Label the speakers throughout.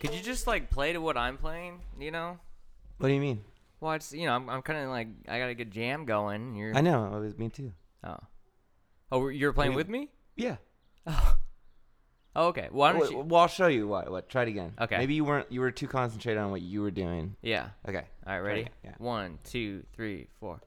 Speaker 1: Could you just like play to what I'm playing? You know.
Speaker 2: What do you mean?
Speaker 1: Well, it's you know I'm, I'm kind of like I got a good jam going. You're
Speaker 2: I know. It was me too.
Speaker 1: oh oh you're playing with me.
Speaker 2: Yeah.
Speaker 1: Oh, okay. Why don't
Speaker 2: Wait,
Speaker 1: you?
Speaker 2: Well, I'll show you what. What? Try it again.
Speaker 1: Okay.
Speaker 2: Maybe you weren't. You were too concentrated on what you were doing.
Speaker 1: Yeah.
Speaker 2: Okay.
Speaker 1: All right.
Speaker 2: Try
Speaker 1: Ready?
Speaker 2: it again. Yeah.
Speaker 1: One, two, three, four.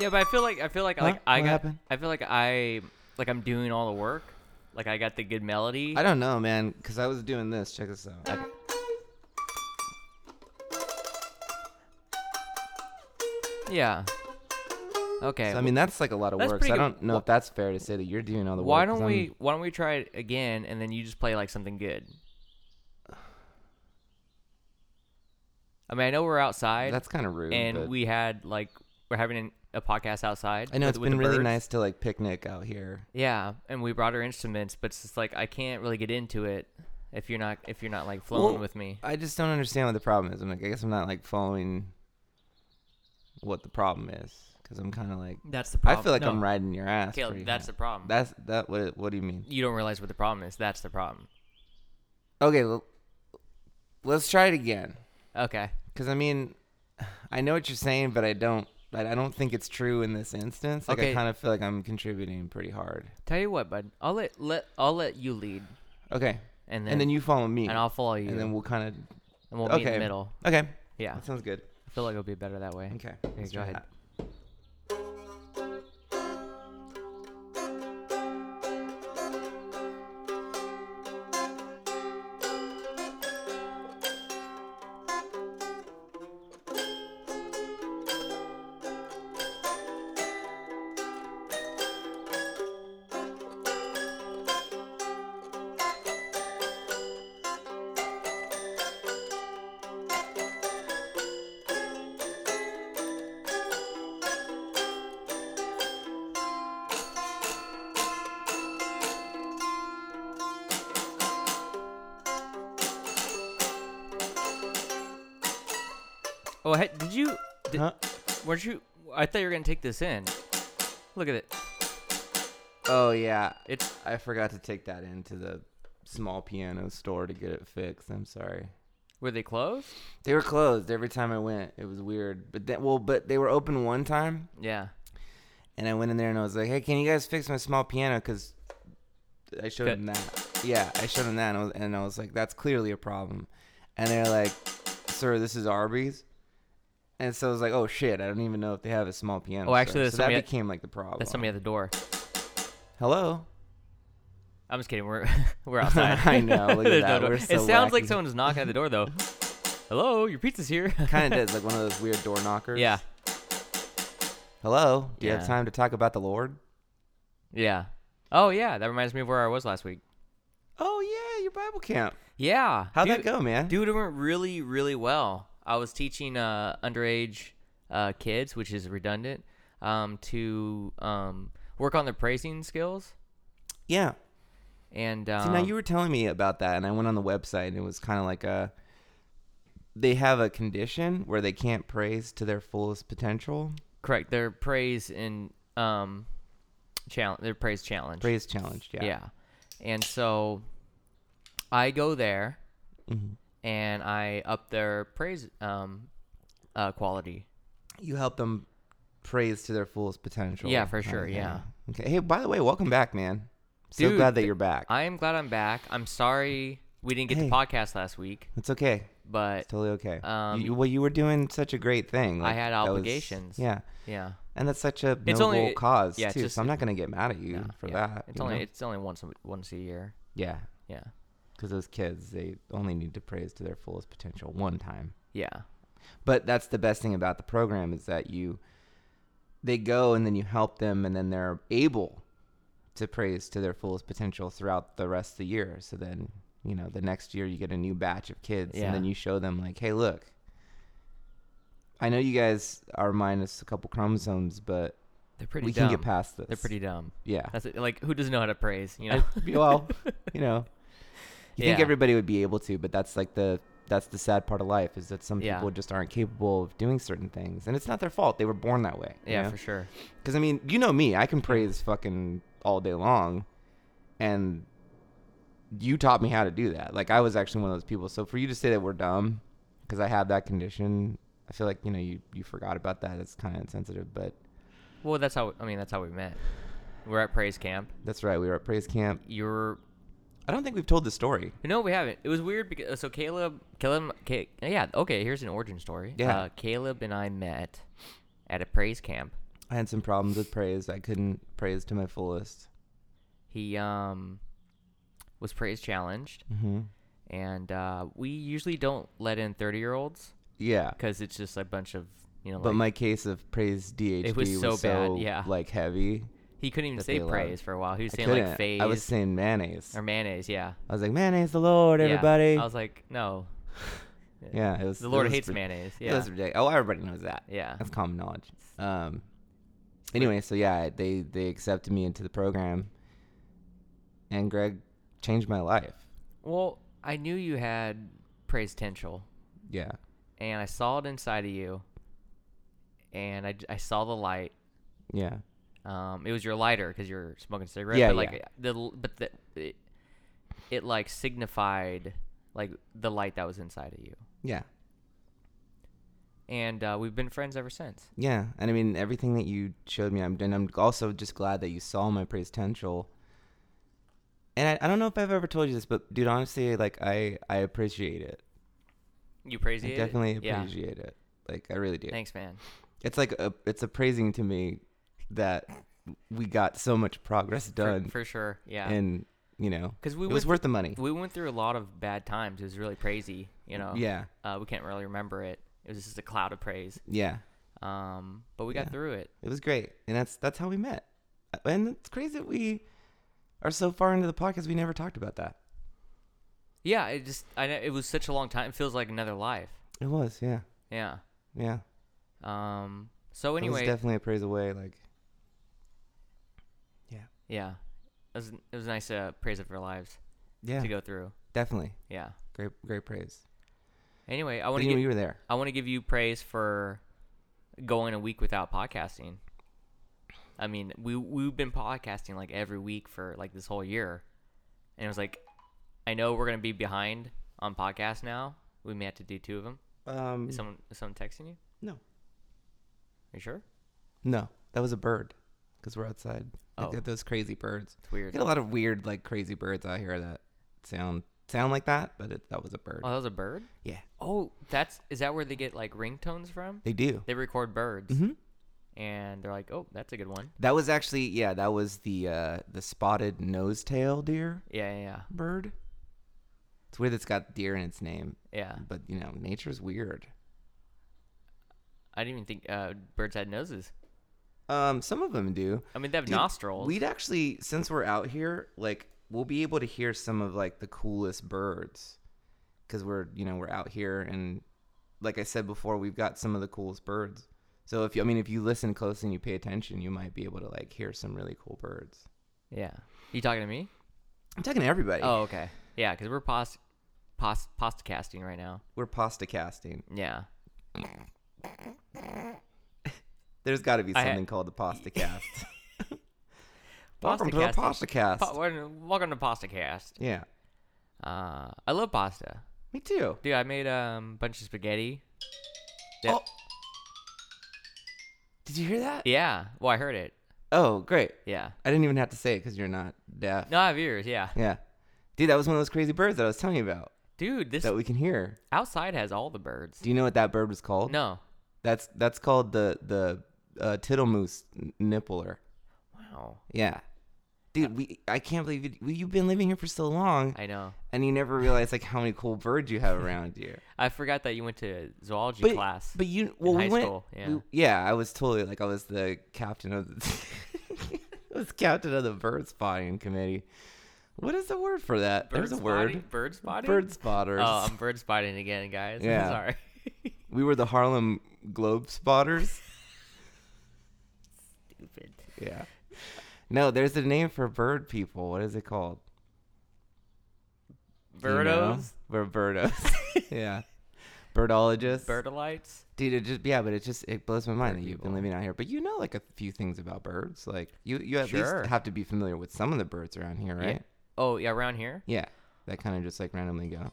Speaker 1: Yeah, but I feel like I feel like
Speaker 2: Huh?
Speaker 1: like I
Speaker 2: What
Speaker 1: got
Speaker 2: happened?
Speaker 1: I feel like I like I'm doing all the work. Like I got the good melody.
Speaker 2: I don't know, man, because I was doing this. Check this out.
Speaker 1: yeah. Okay.
Speaker 2: So, I mean, that's like a lot of
Speaker 1: That's
Speaker 2: work. So
Speaker 1: pretty
Speaker 2: I
Speaker 1: good.
Speaker 2: don't know if that's fair to say that you're doing all the
Speaker 1: Why
Speaker 2: work. 'cause
Speaker 1: don't
Speaker 2: I'm-
Speaker 1: we why don't we try it again and then you just play like something good? I mean, I know we're outside
Speaker 2: That's kind of rude.
Speaker 1: and
Speaker 2: but-
Speaker 1: we had like we're having an, a podcast outside.
Speaker 2: I know
Speaker 1: with-
Speaker 2: it's
Speaker 1: with
Speaker 2: been
Speaker 1: the
Speaker 2: really
Speaker 1: birds.
Speaker 2: nice to like picnic out here.
Speaker 1: Yeah, and we brought our instruments, but it's just like I can't really get into it if you're not if you're not like flowing
Speaker 2: Well,
Speaker 1: with me.
Speaker 2: I just don't understand what the problem is. I'm like, I guess I'm not like following what the problem is because I'm kind of like,
Speaker 1: That's the
Speaker 2: I feel like I'm riding your ass.
Speaker 1: Caleb,
Speaker 2: pretty
Speaker 1: that's the
Speaker 2: hard.
Speaker 1: problem.
Speaker 2: That's that. What? What do you mean?
Speaker 1: you don't realize what the problem is. That's the problem.
Speaker 2: Okay, well, let's try it again.
Speaker 1: Okay.
Speaker 2: Because I mean, I know what you're saying, but I don't. I I don't think it's true in this instance. Like
Speaker 1: Okay.
Speaker 2: I kind of feel like I'm contributing pretty hard.
Speaker 1: Tell you what, bud. I'll let let I'll let you lead
Speaker 2: Okay,
Speaker 1: and then
Speaker 2: and then you follow me,
Speaker 1: and I'll follow you
Speaker 2: and then we'll kind of
Speaker 1: and we'll meet in
Speaker 2: okay.
Speaker 1: the middle.
Speaker 2: okay.
Speaker 1: Yeah.
Speaker 2: That sounds good.
Speaker 1: I feel like it'll be better that way.
Speaker 2: Okay,
Speaker 1: Okay,
Speaker 2: let's
Speaker 1: go
Speaker 2: try
Speaker 1: ahead.
Speaker 2: that.
Speaker 1: Oh, hey, did you? Did,
Speaker 2: Huh?
Speaker 1: Weren't you? I thought you were gonna take this in. Look at it.
Speaker 2: Oh yeah,
Speaker 1: It's
Speaker 2: I forgot to take that into the small piano store to get it fixed. I'm sorry.
Speaker 1: were they closed?
Speaker 2: They were closed every time I went. It was weird, but then well, but they were open one time,
Speaker 1: Yeah.
Speaker 2: and I went in there and I was like, "Hey, can you guys fix my small piano?" Because I showed
Speaker 1: Good.
Speaker 2: them that. Yeah, I showed them that, and I, was, and I was like, "That's clearly a problem." And they're like, "Sir, this is Arby's." And so I was like, "Oh shit, I don't even know if they have a small piano."
Speaker 1: Oh,
Speaker 2: store."
Speaker 1: actually, there's
Speaker 2: so that
Speaker 1: somebody at-
Speaker 2: became like the problem.
Speaker 1: That's somebody at the door.
Speaker 2: Hello.
Speaker 1: I'm just kidding. We're we're outside.
Speaker 2: I know, look at
Speaker 1: There's
Speaker 2: that,
Speaker 1: door.
Speaker 2: we're
Speaker 1: it
Speaker 2: so
Speaker 1: sounds like
Speaker 2: wacky.
Speaker 1: someone's knocking at the door though. Hello, your pizza's here.
Speaker 2: kind of does like one of those weird door knockers.
Speaker 1: yeah.
Speaker 2: Hello. Do you
Speaker 1: Yeah.
Speaker 2: have time to talk about the Lord?
Speaker 1: Yeah. Oh yeah, that reminds me of where I was last week.
Speaker 2: Oh yeah, your Bible camp.
Speaker 1: Yeah.
Speaker 2: How'd
Speaker 1: dude,
Speaker 2: that go, man?
Speaker 1: Dude, it went really, really well. I was teaching uh, underage uh, kids, which is redundant, um, to um, work on their praising skills.
Speaker 2: yeah.
Speaker 1: And
Speaker 2: See,
Speaker 1: um,
Speaker 2: now you were telling me about that, and I went on the website, and it was kind of like a. They have a condition where they can't praise to their fullest potential.
Speaker 1: correct their praise in um, challenge. Their praise challenge.
Speaker 2: Praise challenged. Yeah.
Speaker 1: yeah. And so, I go there,
Speaker 2: Mhm.
Speaker 1: and I up their praise um, uh, quality.
Speaker 2: You help them praise to their fullest potential.
Speaker 1: Yeah, for
Speaker 2: kinda
Speaker 1: sure,
Speaker 2: thing.
Speaker 1: yeah.
Speaker 2: Okay. Hey, by the way, welcome back, man. So
Speaker 1: Dude,
Speaker 2: glad that
Speaker 1: th-
Speaker 2: you're back.
Speaker 1: I am glad I'm back. I'm sorry we didn't get
Speaker 2: Hey.
Speaker 1: to podcast last week,
Speaker 2: it's okay.
Speaker 1: but
Speaker 2: It's totally okay.
Speaker 1: Um,
Speaker 2: you, well, you were doing such a great thing.
Speaker 1: I had
Speaker 2: that was-
Speaker 1: obligations.
Speaker 2: yeah.
Speaker 1: yeah.
Speaker 2: And that's such a
Speaker 1: It's
Speaker 2: noble
Speaker 1: only-
Speaker 2: cause
Speaker 1: yeah, it's
Speaker 2: too.
Speaker 1: just-
Speaker 2: so I'm not gonna get mad at you
Speaker 1: Yeah,
Speaker 2: for
Speaker 1: yeah.
Speaker 2: that.
Speaker 1: It's
Speaker 2: you
Speaker 1: only
Speaker 2: know?
Speaker 1: it's only once a, once a year.
Speaker 2: yeah,
Speaker 1: Yeah,
Speaker 2: because those kids they only need to praise to their fullest potential one time.
Speaker 1: yeah,
Speaker 2: But that's the best thing about the program is that you, they go and then you help them and then they're able to praise to their fullest potential throughout the rest of the year. So then you know the next year you get a new batch of kids
Speaker 1: Yeah.
Speaker 2: and then you show them like, hey, look, I know you guys are minus a couple chromosomes, but
Speaker 1: They're pretty.
Speaker 2: we
Speaker 1: dumb.
Speaker 2: can get past this.
Speaker 1: They're pretty dumb.
Speaker 2: Yeah.
Speaker 1: That's it. like who doesn't know how to praise? You know.
Speaker 2: I- well, you know, you think
Speaker 1: Yeah.
Speaker 2: everybody would be able to, but that's like the that's the sad part of life is that some
Speaker 1: Yeah.
Speaker 2: people just aren't capable of doing certain things, and it's not their fault. They were born that way.
Speaker 1: yeah, for sure.
Speaker 2: Because I mean, you know me, I can praise fucking all day long, and you taught me how to do that. Like I was actually one of those people. So for you to say that we're dumb, because I have that condition, I feel like you know you you forgot about that. It's kind of insensitive, but
Speaker 1: Well, that's how. I mean, that's how we met. We're at praise camp.
Speaker 2: that's right. We were at praise camp.
Speaker 1: You're
Speaker 2: I don't think we've told the story.
Speaker 1: No, we haven't. It was weird because so Caleb, Caleb, Ca- yeah, okay. Here's an origin story.
Speaker 2: Yeah.
Speaker 1: uh, Caleb and I met at a praise camp.
Speaker 2: I had some problems with praise. I couldn't praise to my fullest.
Speaker 1: He um was praise challenged,
Speaker 2: Mm-hmm.
Speaker 1: and uh, we usually don't let in thirty year olds
Speaker 2: Yeah,
Speaker 1: because it's just a bunch of you know.
Speaker 2: but
Speaker 1: like,
Speaker 2: my case of praise DHD
Speaker 1: was so bad, yeah.
Speaker 2: like heavy.
Speaker 1: he couldn't even
Speaker 2: that
Speaker 1: say
Speaker 2: they allowed.
Speaker 1: praise for a while. He was
Speaker 2: I
Speaker 1: saying like
Speaker 2: couldn't.
Speaker 1: phase
Speaker 2: I was saying mayonnaise.
Speaker 1: or mayonnaise. Yeah,
Speaker 2: I was like mayonnaise, the Lord,
Speaker 1: Yeah.
Speaker 2: everybody.
Speaker 1: I was like, no,
Speaker 2: Yeah, it was
Speaker 1: the Lord
Speaker 2: it was
Speaker 1: hates
Speaker 2: rid-
Speaker 1: mayonnaise.
Speaker 2: It
Speaker 1: Yeah,
Speaker 2: was ridiculous. Oh, everybody knows that.
Speaker 1: yeah,
Speaker 2: That's common knowledge. Um. Anyway, so yeah, they they accepted me into the program, and Greg changed my life.
Speaker 1: Well, I knew you had praise potential,
Speaker 2: Yeah,
Speaker 1: and I saw it inside of you, and I, j- I saw the light.
Speaker 2: yeah,
Speaker 1: Um, it was your lighter because you're smoking a cigarette.
Speaker 2: Yeah,
Speaker 1: but like
Speaker 2: yeah.
Speaker 1: the l- but the it, it like signified like the light that was inside of you,
Speaker 2: yeah,
Speaker 1: and uh, we've been friends ever since.
Speaker 2: yeah. And I mean, everything that you showed me, I'm and I'm also just glad that you saw my praise potential. And I, I don't know if I've ever told you this, but dude, honestly, like I I appreciate it.
Speaker 1: You praise
Speaker 2: I
Speaker 1: it.
Speaker 2: definitely
Speaker 1: yeah.
Speaker 2: appreciate it. Like I really do.
Speaker 1: Thanks, man.
Speaker 2: it's like a, it's appraising to me that we got so much progress
Speaker 1: For-
Speaker 2: done
Speaker 1: for, sure. Yeah,
Speaker 2: and you know
Speaker 1: because we
Speaker 2: it
Speaker 1: went
Speaker 2: was
Speaker 1: thr-
Speaker 2: worth the money
Speaker 1: we went through a lot of bad times. It was really crazy. You know.
Speaker 2: yeah
Speaker 1: Uh, we can't really remember it. It was just a cloud of praise.
Speaker 2: yeah
Speaker 1: Um, but we got
Speaker 2: Yeah.
Speaker 1: through it.
Speaker 2: it was great and that's that's how we met and it's crazy that we are so far into the podcast we never talked about that
Speaker 1: Yeah, it just I know it was such a long time. It feels like another life.
Speaker 2: it was yeah
Speaker 1: Yeah.
Speaker 2: yeah
Speaker 1: Um. So
Speaker 2: it was
Speaker 1: anyway,
Speaker 2: definitely a praise away like
Speaker 1: yeah, it was it was nice to praise of our lives
Speaker 2: yeah
Speaker 1: to go through.
Speaker 2: definitely
Speaker 1: Yeah.
Speaker 2: great great praise
Speaker 1: Anyway, I
Speaker 2: I
Speaker 1: want
Speaker 2: you,
Speaker 1: to
Speaker 2: know
Speaker 1: give
Speaker 2: you were there
Speaker 1: I want to give you praise for going a week without podcasting. I mean, we we've been podcasting like every week for like this whole year, and it was like, I know we're gonna be behind on podcasts now. We may have to do two of them.
Speaker 2: um
Speaker 1: Is someone is someone texting you?
Speaker 2: No.
Speaker 1: You sure?
Speaker 2: no that was a bird because we're outside
Speaker 1: Oh.
Speaker 2: Look at those crazy birds
Speaker 1: It's weird.
Speaker 2: I get a lot of weird, like crazy birds out here that sound sound like that, but it, that was a bird.
Speaker 1: Oh, that was a bird.
Speaker 2: yeah,
Speaker 1: Oh, that's is that where they get like ringtones from?
Speaker 2: they do.
Speaker 1: They record birds,
Speaker 2: Mhm.
Speaker 1: and they're like, "Oh, that's a good one."
Speaker 2: That was actually yeah, that was the uh, the spotted nose tail deer
Speaker 1: Yeah, yeah,
Speaker 2: bird. It's weird it's got deer in its name,
Speaker 1: yeah. yeah.
Speaker 2: but you know nature's weird.
Speaker 1: I didn't even think uh, birds had noses.
Speaker 2: Um, some of them do.
Speaker 1: I mean, they have
Speaker 2: Dude,
Speaker 1: nostrils.
Speaker 2: We'd actually, since we're out here, like we'll be able to hear some of like the coolest birds, because we're you know we're out here and like I said before, we've got some of the coolest birds. So if you, I mean, if you listen closely and you pay attention, you might be able to like hear some really cool birds.
Speaker 1: yeah. You talking to me?
Speaker 2: I'm talking to everybody.
Speaker 1: Oh, okay. Yeah, because we're pos, pos, postcasting right now.
Speaker 2: We're pasta casting.
Speaker 1: Yeah.
Speaker 2: There's got to be
Speaker 1: I ha-
Speaker 2: something called the pasta cast. Welcome to the
Speaker 1: Postacasting.
Speaker 2: pasta cast.
Speaker 1: Po- welcome welcome to PastaCast.
Speaker 2: yeah,
Speaker 1: Uh, I love pasta,
Speaker 2: me too.
Speaker 1: dude. I made um, a bunch of spaghetti. Yeah.
Speaker 2: Oh. Did you hear that?
Speaker 1: Yeah. Well, I heard it.
Speaker 2: Oh, great.
Speaker 1: Yeah.
Speaker 2: I didn't even have to say it because you're not deaf.
Speaker 1: No, I have ears. Yeah.
Speaker 2: Yeah. Dude, that was one of those crazy birds that I was telling you about
Speaker 1: Dude, this
Speaker 2: that we can hear.
Speaker 1: outside has all the birds.
Speaker 2: Do you know what that bird was called?
Speaker 1: No.
Speaker 2: That's that's called the the uh, tittlemoose n- nippler.
Speaker 1: Wow.
Speaker 2: Yeah. Dude, we I can't believe it. We, you've been living here for so long
Speaker 1: I know.
Speaker 2: and you never realize like how many cool birds you have around you.
Speaker 1: I forgot that you went to zoology
Speaker 2: But
Speaker 1: class.
Speaker 2: but you well
Speaker 1: high
Speaker 2: we went
Speaker 1: school, yeah.
Speaker 2: we- yeah, I was totally like I was the captain of the I was captain of the bird spotting committee. What is the word for that? There's a word.
Speaker 1: Bird spotting.
Speaker 2: Bird spotters.
Speaker 1: Oh, I'm bird spotting again, guys.
Speaker 2: Yeah.
Speaker 1: I'm sorry.
Speaker 2: We were the Harlem Globe Spotters.
Speaker 1: Stupid.
Speaker 2: yeah. No, there's a name for bird people. What is it called? Do you know?
Speaker 1: Birdos,
Speaker 2: We're birdos. yeah. Birdologists.
Speaker 1: birdolites.
Speaker 2: Dude, it just yeah, but it just it blows my mind
Speaker 1: Bird
Speaker 2: that you've
Speaker 1: people.
Speaker 2: been living out here. But you know like a few things about birds. Like you you at
Speaker 1: Sure.
Speaker 2: least have to be familiar with some of the birds around here,
Speaker 1: Yeah.
Speaker 2: right?
Speaker 1: Oh yeah, around here.
Speaker 2: Yeah. That kind of just like randomly go.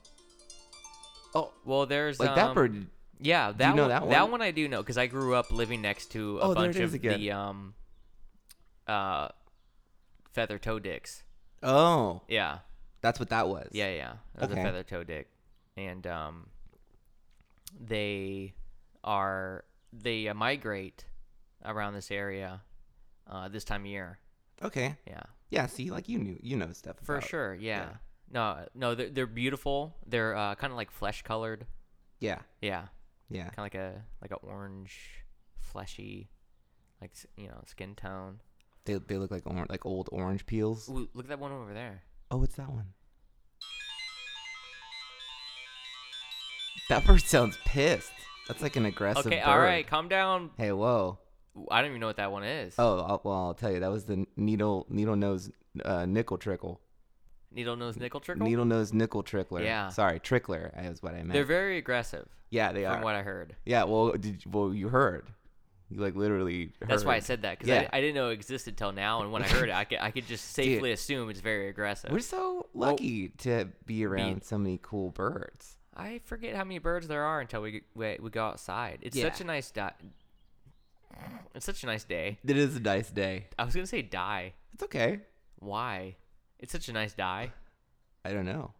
Speaker 1: Oh well, there's
Speaker 2: Like
Speaker 1: um,
Speaker 2: that bird
Speaker 1: Yeah, that
Speaker 2: you know
Speaker 1: one,
Speaker 2: that
Speaker 1: That
Speaker 2: one?
Speaker 1: one I do know because I grew up living next to a
Speaker 2: Oh, there it
Speaker 1: bunch
Speaker 2: is
Speaker 1: of
Speaker 2: again.
Speaker 1: the um, uh, feather toe dicks.
Speaker 2: Oh,
Speaker 1: Yeah,
Speaker 2: that's what that was.
Speaker 1: yeah, yeah. That's a
Speaker 2: Okay.
Speaker 1: feather toe dick, and um, they are they uh, migrate around this area uh, this time of year.
Speaker 2: Okay.
Speaker 1: Yeah,
Speaker 2: Yeah, see like you knew you know stuff.
Speaker 1: for
Speaker 2: about-
Speaker 1: sure. Yeah.
Speaker 2: yeah.
Speaker 1: No, no, they're, they're beautiful. They're uh, kind of like flesh colored.
Speaker 2: Yeah.
Speaker 1: Yeah,
Speaker 2: Yeah.
Speaker 1: kind of like a like a orange, fleshy, like s- you know, skin tone.
Speaker 2: They they look like or- like old orange peels.
Speaker 1: Ooh, look at that one over there.
Speaker 2: Oh, it's that one. That bird sounds pissed. That's like an aggressive
Speaker 1: okay,
Speaker 2: bird.
Speaker 1: all right, calm down.
Speaker 2: Hey, whoa.
Speaker 1: I don't even know what that one is.
Speaker 2: Oh, I'll, well, I'll tell you. That was the needle needle nose uh, nickel trickle.
Speaker 1: Needle nose nickel trickle.
Speaker 2: Needle nose nickel trickler.
Speaker 1: Yeah.
Speaker 2: Sorry, trickler is what I meant.
Speaker 1: They're very aggressive,
Speaker 2: yeah, they
Speaker 1: from
Speaker 2: are.
Speaker 1: what I heard.
Speaker 2: Yeah. Well, did you- well you heard? You like literally. Heard.
Speaker 1: That's why I said that because
Speaker 2: Yeah.
Speaker 1: I, I didn't know it existed till now, and when I heard it, I could, I could just safely assume it's very aggressive.
Speaker 2: We're so lucky to be around so many cool birds.
Speaker 1: I forget how many birds there are until we we, we go outside. It's such
Speaker 2: Yeah.
Speaker 1: a nice di- It's such a nice day.
Speaker 2: It is a nice day.
Speaker 1: I was gonna say die.
Speaker 2: It's okay.
Speaker 1: Why? It's such a nice die.
Speaker 2: I don't know.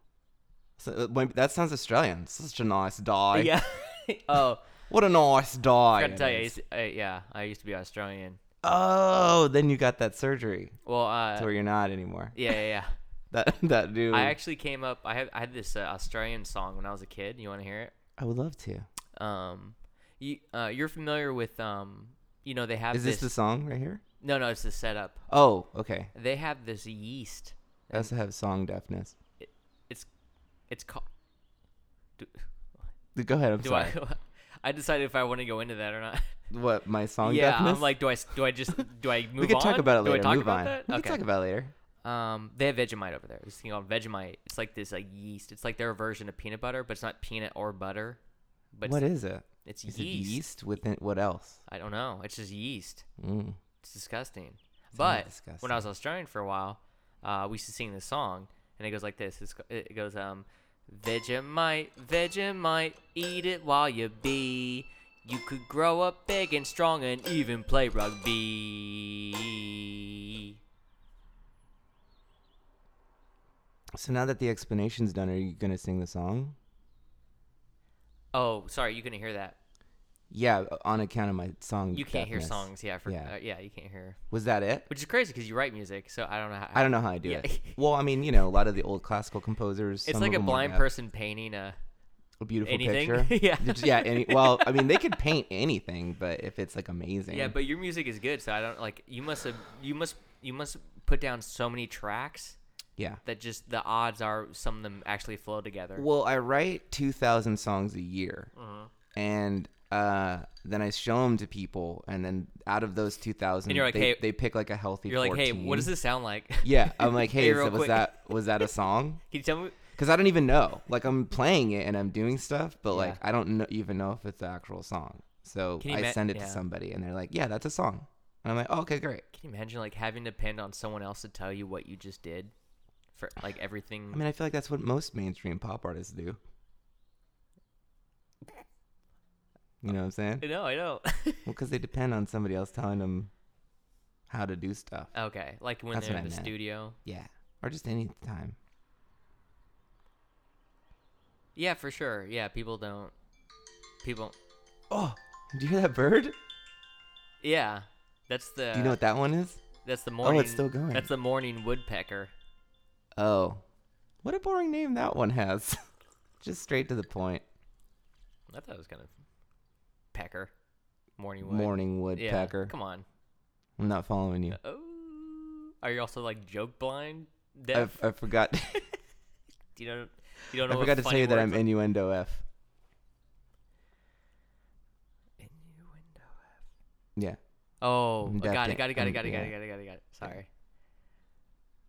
Speaker 2: So, uh, when- that sounds Australian. Such a nice die.
Speaker 1: Yeah. oh,
Speaker 2: What a nice die.
Speaker 1: I gotta
Speaker 2: it
Speaker 1: tell you, I
Speaker 2: is.
Speaker 1: used to- I- yeah, I used to be Australian.
Speaker 2: Oh, then you got that surgery
Speaker 1: Well, uh,
Speaker 2: to where you're not anymore.
Speaker 1: yeah, yeah, yeah.
Speaker 2: That that dude.
Speaker 1: I actually came up. I had I had this uh, Australian song when I was a kid. You want to hear it?
Speaker 2: I would love to.
Speaker 1: Um, you uh, you're familiar with um, you know they have
Speaker 2: Is this the song right here?
Speaker 1: no no it's the setup.
Speaker 2: Oh, okay.
Speaker 1: They have this yeast.
Speaker 2: I also have song deafness.
Speaker 1: It's it's called. Do,
Speaker 2: Th- Go ahead. I'm
Speaker 1: do I
Speaker 2: sorry.
Speaker 1: I decided if I want to go into that or not.
Speaker 2: What my song
Speaker 1: yeah,
Speaker 2: deafness?
Speaker 1: I'm like, do I s- do I just do I move on?
Speaker 2: we could talk about it
Speaker 1: Do
Speaker 2: later.
Speaker 1: I talk
Speaker 2: Move
Speaker 1: about
Speaker 2: on.
Speaker 1: that?
Speaker 2: We
Speaker 1: okay.
Speaker 2: could talk about it later.
Speaker 1: Um, they have Vegemite over there. This thing called Vegemite. It's like this like yeast. It's like their version of peanut butter, but it's not peanut or butter. But
Speaker 2: what is it?
Speaker 1: it's, it's
Speaker 2: Is it yeast within what else?
Speaker 1: I don't know. It's just yeast.
Speaker 2: Mm.
Speaker 1: It's disgusting.
Speaker 2: not
Speaker 1: but when I
Speaker 2: disgusting.
Speaker 1: was Australian for a while, uh, we used to sing this song, and it goes like this. It's, it goes, um, Vegemite, Vegemite, eat it while you be. You could grow up big and strong and even play rugby.
Speaker 2: So now that the explanation's done, are you gonna sing the song?
Speaker 1: Oh, sorry, you couldn't hear that.
Speaker 2: Yeah, on account of my song.
Speaker 1: You can't hear
Speaker 2: deafness.
Speaker 1: songs. Yeah, for,
Speaker 2: Yeah.
Speaker 1: Uh, yeah, you can't hear.
Speaker 2: Was that it?
Speaker 1: Which is crazy because you write music, so I don't know how.
Speaker 2: I don't know how I do
Speaker 1: Yeah.
Speaker 2: it. Well, I mean, you know, a lot of the old classical composers.
Speaker 1: it's
Speaker 2: some
Speaker 1: like
Speaker 2: of
Speaker 1: a
Speaker 2: them were
Speaker 1: blind
Speaker 2: deaf.
Speaker 1: person painting a.
Speaker 2: A beautiful
Speaker 1: anything.
Speaker 2: picture.
Speaker 1: Yeah.
Speaker 2: They're just- yeah. Any, well, I mean, they could paint anything, but if it's like amazing.
Speaker 1: Yeah, but your music is good, so I don't like. You must have. You must. You must put down so many tracks
Speaker 2: yeah.
Speaker 1: that just the odds are some of them actually flow together.
Speaker 2: Well, I write 2,000 songs a year.
Speaker 1: Uh-huh.
Speaker 2: And uh, then I show them to people. And then out of those 2,000,
Speaker 1: And you're like,
Speaker 2: they,
Speaker 1: "Hey,"
Speaker 2: they pick like a healthy
Speaker 1: You're like, hey,
Speaker 2: 14.
Speaker 1: what does this sound like? Can
Speaker 2: Yeah. I'm like, hey,
Speaker 1: Hey,
Speaker 2: is
Speaker 1: real
Speaker 2: that- was,
Speaker 1: quick.
Speaker 2: that, was that a song?
Speaker 1: you tell me?
Speaker 2: Because I don't even know. Like, I'm playing it and I'm doing stuff, but like,
Speaker 1: Yeah.
Speaker 2: I don't kn- even know if it's the actual song. So
Speaker 1: Can you
Speaker 2: I
Speaker 1: ma-
Speaker 2: send it
Speaker 1: yeah.
Speaker 2: to somebody and they're like, yeah, that's a song. And I'm like, oh, okay, great.
Speaker 1: Can you imagine like having to depend on someone else to tell you what you just did for like everything?
Speaker 2: I mean, I feel like that's what most mainstream pop artists do. You know what I'm saying?
Speaker 1: I know, I know.
Speaker 2: Well, because they depend on somebody else telling them how to do stuff.
Speaker 1: okay, like when
Speaker 2: That's
Speaker 1: they're
Speaker 2: what
Speaker 1: in
Speaker 2: I
Speaker 1: the
Speaker 2: meant.
Speaker 1: studio.
Speaker 2: Yeah, or just any time.
Speaker 1: Yeah, for sure. Yeah, people don't. People.
Speaker 2: Oh, do you hear that bird?
Speaker 1: Yeah, that's the.
Speaker 2: do you know what that one is?
Speaker 1: that's the morning.
Speaker 2: Oh, it's still going.
Speaker 1: That's the morning woodpecker.
Speaker 2: oh, what a boring name that one has. just straight to the point.
Speaker 1: I thought it was gonna pecker. Morning wood.
Speaker 2: Morning
Speaker 1: Yeah,
Speaker 2: woodpecker.
Speaker 1: Come on.
Speaker 2: I'm not following you.
Speaker 1: Oh, are you also like joke blind?
Speaker 2: I,
Speaker 1: Deaf?
Speaker 2: I forgot.
Speaker 1: you don't. You don't
Speaker 2: I
Speaker 1: know.
Speaker 2: forgot to tell you that I'm innuendo F.
Speaker 1: Innuendo.
Speaker 2: Yeah.
Speaker 1: Oh,
Speaker 2: I'm
Speaker 1: got
Speaker 2: definitely-
Speaker 1: it, got it, got it,
Speaker 2: I'm-
Speaker 1: got it, got it,
Speaker 2: yeah.
Speaker 1: got it, got it, got it. Sorry.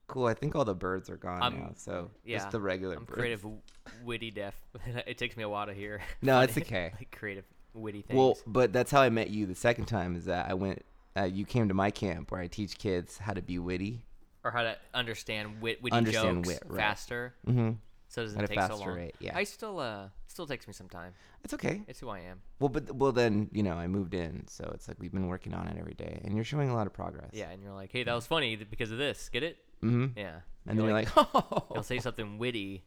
Speaker 2: Cool. I think all the birds are gone
Speaker 1: I'm-
Speaker 2: now, so
Speaker 1: yeah,
Speaker 2: just the regular
Speaker 1: I'm
Speaker 2: birds.
Speaker 1: creative, w- witty, deaf. it takes me a while to hear.
Speaker 2: No, it's
Speaker 1: funny,
Speaker 2: okay.
Speaker 1: like creative, witty things.
Speaker 2: Well, but that's how I met you the second time. Is that I went, uh, you came to my camp where I teach kids how to be witty.
Speaker 1: or how to understand wit, witty
Speaker 2: Understand
Speaker 1: jokes
Speaker 2: wit, right.
Speaker 1: faster,
Speaker 2: Mm-hmm.
Speaker 1: so it doesn't
Speaker 2: At a
Speaker 1: take so
Speaker 2: faster
Speaker 1: long.
Speaker 2: rate, yeah.
Speaker 1: I still uh, still takes me some time.
Speaker 2: It's okay.
Speaker 1: It's who I am.
Speaker 2: Well, but well then you know I moved in, so it's like we've been working on it every day, and you're showing a lot of progress.
Speaker 1: Yeah, and you're like, hey, that was funny th- because of this. Get it?
Speaker 2: Mm-hmm.
Speaker 1: Yeah. "Oh!"
Speaker 2: And then you're like, "Oh."
Speaker 1: I'll say something witty,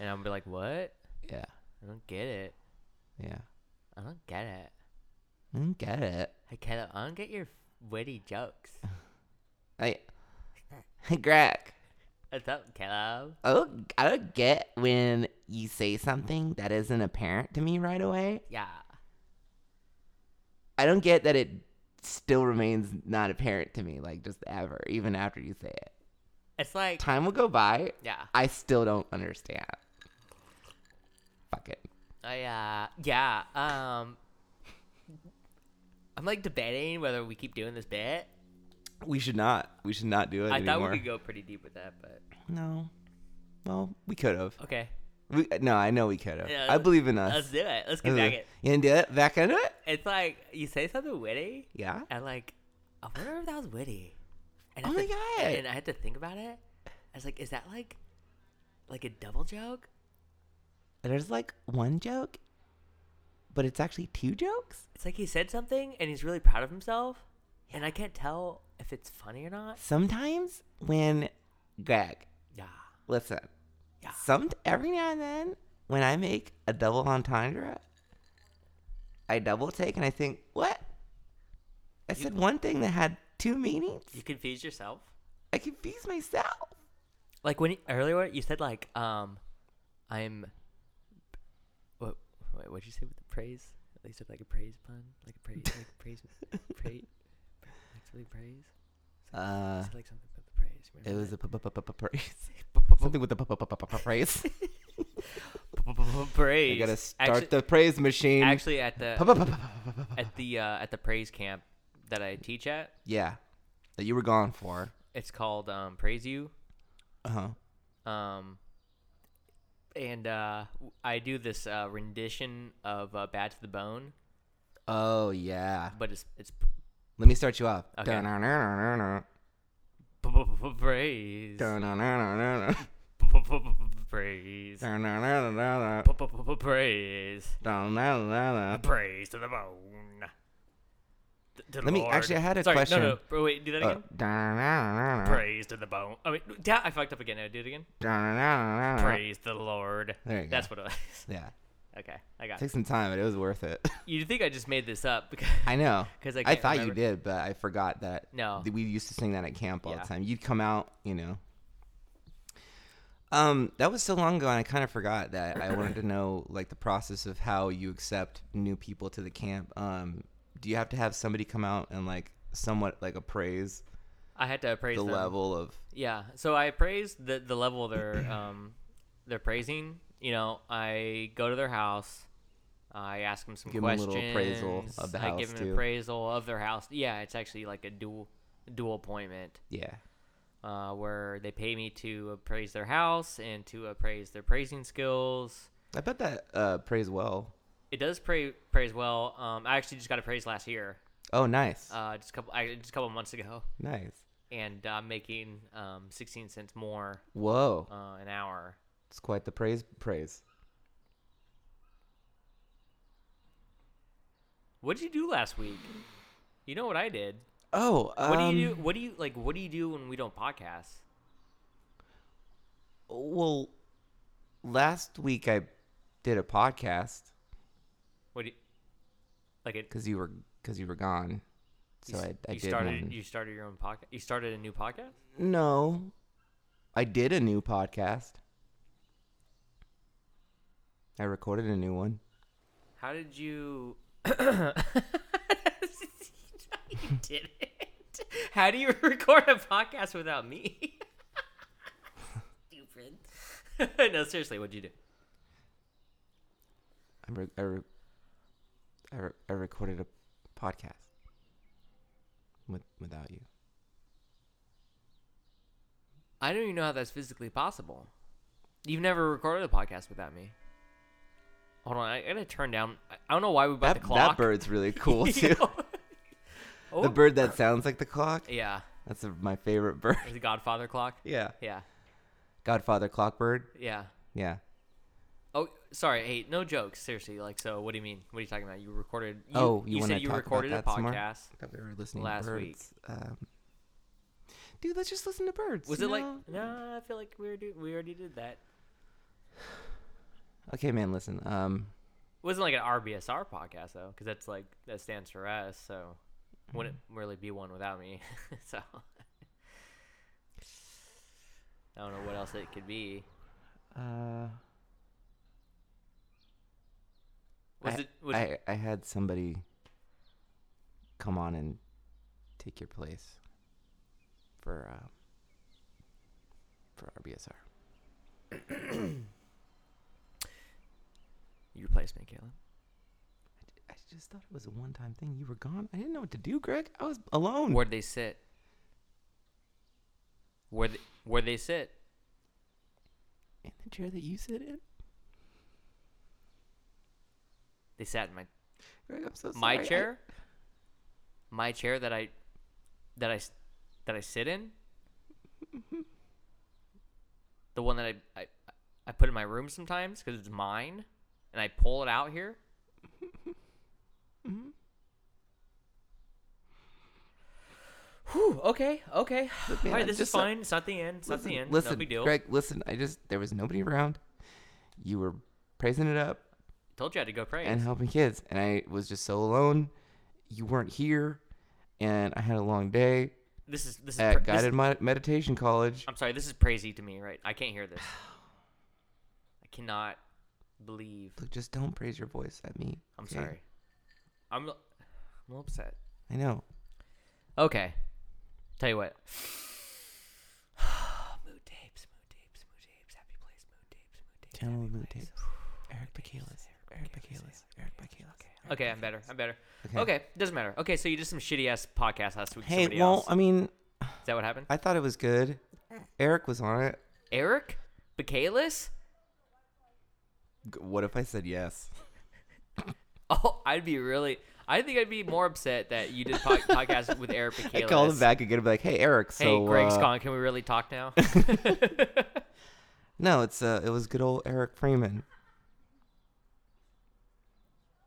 Speaker 1: and I'm be like, what?
Speaker 2: yeah,
Speaker 1: I don't get it.
Speaker 2: yeah.
Speaker 1: I don't get it.
Speaker 2: I don't get it.
Speaker 1: I can't. I don't get your witty jokes.
Speaker 2: I, hey Greg.
Speaker 1: What's up, Caleb?
Speaker 2: Oh, I don't get when you say something that isn't apparent to me right away.
Speaker 1: Yeah.
Speaker 2: I don't get that it still remains not apparent to me, like just ever, even after you say it.
Speaker 1: It's like,
Speaker 2: Time will go by.
Speaker 1: yeah.
Speaker 2: I still don't understand. Fuck it.
Speaker 1: I uh yeah. Um I'm like debating whether we keep doing this bit.
Speaker 2: We should not. We should not do it
Speaker 1: I
Speaker 2: anymore.
Speaker 1: thought we could go pretty deep with that, but
Speaker 2: No. Well, we could have.
Speaker 1: okay.
Speaker 2: We, no, I know we could have.
Speaker 1: Yeah,
Speaker 2: I believe in us.
Speaker 1: Let's do it. Let's get back it.
Speaker 2: You gonna do it? Back into it?
Speaker 1: It's like you say something witty
Speaker 2: Yeah.
Speaker 1: and like I wonder if that was witty. And
Speaker 2: Oh
Speaker 1: I
Speaker 2: my
Speaker 1: had to-
Speaker 2: God.
Speaker 1: And I had to think about it. I was like, is that like like a double joke?
Speaker 2: There's like one joke, but it's actually two jokes.
Speaker 1: It's like he said something and he's really proud of himself and I can't tell if it's funny or not.
Speaker 2: Sometimes when Greg,
Speaker 1: Yeah.
Speaker 2: listen,
Speaker 1: Yeah.
Speaker 2: some every now and then when I make a double entendre, I double take and I think, what? I said one thing that had two meanings.
Speaker 1: You confuse yourself.
Speaker 2: I confused myself.
Speaker 1: like when earlier you said like um i'm what wait, what'd you say with the praise at least with like a praise pun like a praise like a praise praise like something praise
Speaker 2: Uh,
Speaker 1: I said like something about the praise you
Speaker 2: it
Speaker 1: remember
Speaker 2: was a praise.
Speaker 1: that?
Speaker 2: Something with the praise.
Speaker 1: praise
Speaker 2: You gotta start
Speaker 1: actually,
Speaker 2: the praise machine.
Speaker 1: actually at the
Speaker 2: Pa-pa-pa-pa-pa-pa-pa.
Speaker 1: at the uh, at the praise camp that i teach at
Speaker 2: yeah, that you were gone for.
Speaker 1: it's called um praise you
Speaker 2: Uh huh.
Speaker 1: um and uh w- i do this uh rendition of uh, bad to the bone
Speaker 2: Oh yeah.
Speaker 1: but it's it's
Speaker 2: Let me start you off.
Speaker 1: Okay.
Speaker 2: Dun-dun-dun-dun-dun.
Speaker 1: praise
Speaker 2: Dun-dun-dun-dun-dun.
Speaker 1: praise
Speaker 2: Dun-dun-dun-dun-dun.
Speaker 1: praise
Speaker 2: Dun-dun-dun-dun-dun.
Speaker 1: praise to the bone Th- to the
Speaker 2: Let me-
Speaker 1: Lord.
Speaker 2: actually, I had a
Speaker 1: Sorry,
Speaker 2: question. uh-huh.
Speaker 1: no no bro, wait do that
Speaker 2: Oh,
Speaker 1: again
Speaker 2: dun-dun-dun-dun-dun.
Speaker 1: praise to the bone i mean da- i fucked up again i do it again
Speaker 2: Dun-dun-dun-dun-dun.
Speaker 1: praise the lord
Speaker 2: Uh-huh. There you
Speaker 1: that's
Speaker 2: go.
Speaker 1: what it was
Speaker 2: Yeah.
Speaker 1: okay i got it
Speaker 2: Took some time, but it was worth it.
Speaker 1: you think i just made this up because
Speaker 2: I know.
Speaker 1: 'Cause I
Speaker 2: I
Speaker 1: can't
Speaker 2: thought
Speaker 1: remember.
Speaker 2: you did, but I forgot that.
Speaker 1: No.
Speaker 2: th- we used to sing that at camp all
Speaker 1: Yeah.
Speaker 2: the time. You'd come out, you know. Um, that was so long ago, and I kind of forgot that I wanted to know like the process of how you accept new people to the camp. Um, do you have to have somebody come out and like somewhat like appraise
Speaker 1: i had to praise
Speaker 2: the
Speaker 1: them.
Speaker 2: level of?
Speaker 1: Yeah. So I praise the the level they're um they're praising. You know, I go to their house. I ask them some
Speaker 2: Give 'em a
Speaker 1: questions.
Speaker 2: little appraisal of the
Speaker 1: I
Speaker 2: house,
Speaker 1: give them an
Speaker 2: too.
Speaker 1: appraisal of their house. Yeah, it's actually like a dual dual appointment
Speaker 2: Yeah,
Speaker 1: uh, where they pay me to appraise their house and to appraise their praising skills.
Speaker 2: I bet that uh, praise well.
Speaker 1: It does pra- praise well. Um, I actually just got a praise last year,
Speaker 2: Oh, nice,
Speaker 1: uh, just a couple I, just a couple months ago,
Speaker 2: nice.
Speaker 1: and I'm making um, 16 cents more
Speaker 2: Whoa,
Speaker 1: uh, an hour.
Speaker 2: it's quite the praise. Praise.
Speaker 1: What did you do last week? You know what I did.
Speaker 2: Oh,
Speaker 1: What
Speaker 2: um,
Speaker 1: do you do? What do you like? What do you do when we don't podcast?
Speaker 2: Well, last week I did a podcast
Speaker 1: What do you, like? It,
Speaker 2: because you were because you were gone,
Speaker 1: you
Speaker 2: so
Speaker 1: s-
Speaker 2: I, I
Speaker 1: you
Speaker 2: did
Speaker 1: started.
Speaker 2: one.
Speaker 1: You started your own podcast. You started a new podcast.
Speaker 2: No, I did a new podcast. I recorded a new one.
Speaker 1: How did you? you did it. How do you record a podcast without me? Stupid. no, seriously, what'd you do?
Speaker 2: I re- I, re- I, re- I recorded a podcast. with, without you.
Speaker 1: I don't even know how that's physically possible. You've never recorded a podcast without me. Hold on, I gotta turn down. I- I don't know why we bought
Speaker 2: That,
Speaker 1: the
Speaker 2: that
Speaker 1: clock.
Speaker 2: bird's really cool
Speaker 1: You
Speaker 2: too.
Speaker 1: know? oh,
Speaker 2: the bird that sounds like the clock.
Speaker 1: Yeah,
Speaker 2: That's a, my favorite bird.
Speaker 1: the Godfather clock.
Speaker 2: Yeah.
Speaker 1: Yeah,
Speaker 2: Godfather Clockbird.
Speaker 1: yeah.
Speaker 2: Yeah.
Speaker 1: Oh, sorry. Hey, no jokes. Seriously, like, so what do you mean? What are you talking about? You recorded. You,
Speaker 2: Oh, you wanna
Speaker 1: said you
Speaker 2: talk about
Speaker 1: recorded
Speaker 2: that
Speaker 1: a
Speaker 2: some more?
Speaker 1: podcast.
Speaker 2: That we were listening
Speaker 1: Last
Speaker 2: to birds. Um, dude, let's just listen to birds.
Speaker 1: Was
Speaker 2: you
Speaker 1: it like?
Speaker 2: know?
Speaker 1: Nah, I feel like we already we already did that.
Speaker 2: Okay, man, listen. Um,
Speaker 1: It wasn't like an RBSR podcast though, because that's like that stands for us. So wouldn't
Speaker 2: Hmm.
Speaker 1: really be one without me. so I don't know what else it could be.
Speaker 2: uh,
Speaker 1: Was
Speaker 2: I,
Speaker 1: it? Was
Speaker 2: I, I had somebody come on and take your place for uh, for RBSR.
Speaker 1: you replaced me, Caleb?
Speaker 2: I just thought it was a one-time thing. You were gone. I didn't know what to do, Greg. I was alone.
Speaker 1: Where'd they sit? Where they, where they sit?
Speaker 2: in the chair that you sit in.
Speaker 1: They sat in my
Speaker 2: Greg, I'm so sorry.
Speaker 1: my
Speaker 2: I-
Speaker 1: chair. my chair that I that I s- that I sit in. the one that I, I I put in my room sometimes because it's mine, and I pull it out here.
Speaker 2: Mm-hmm.
Speaker 1: Whew, okay, okay.
Speaker 2: Look, man,
Speaker 1: All right,
Speaker 2: I
Speaker 1: this is
Speaker 2: just saw-
Speaker 1: fine. It's not the end. It's not the end.
Speaker 2: Listen,
Speaker 1: no big deal.
Speaker 2: Greg, listen. I just there was nobody around. You were praising it up
Speaker 1: Told you I had to go praise.
Speaker 2: and helping kids, and I was just so alone. You weren't here, and I had a long day
Speaker 1: this is this is,
Speaker 2: at
Speaker 1: pra- this is
Speaker 2: guided Mod- meditation college.
Speaker 1: I'm sorry, this is crazy to me, right? I can't hear this. I cannot believe.
Speaker 2: Look, just don't praise your voice at me.
Speaker 1: I'm
Speaker 2: okay?
Speaker 1: sorry. I'm I'm a little upset.
Speaker 2: I know.
Speaker 1: Okay. Tell you what. mood tapes, mood tapes, mood tapes, happy place, mood tapes, mood tapes.
Speaker 2: Channel
Speaker 1: happy
Speaker 2: mood
Speaker 1: place.
Speaker 2: tapes. Eric Bacalis. Eric Bacalis. Eric Bacalis.
Speaker 1: Okay, I'm better. I'm better.
Speaker 2: Okay.
Speaker 1: Okay. doesn't matter. Okay, so you did some shitty ass podcast last week. to
Speaker 2: Hey,
Speaker 1: somebody
Speaker 2: well,
Speaker 1: else.
Speaker 2: I mean,
Speaker 1: is that what happened?
Speaker 2: I thought it was good. Eric was on it.
Speaker 1: Eric Bacalis?
Speaker 2: G- What if I said yes?
Speaker 1: Oh, I'd be really. I think I'd be more upset that you did po- podcast with Eric Bacalis.
Speaker 2: I called him back again and be like, "Hey, Eric.
Speaker 1: Hey,
Speaker 2: So
Speaker 1: Greg's
Speaker 2: uh,
Speaker 1: gone. Can we really talk now?
Speaker 2: No, it's uh, it was good old Eric Freeman.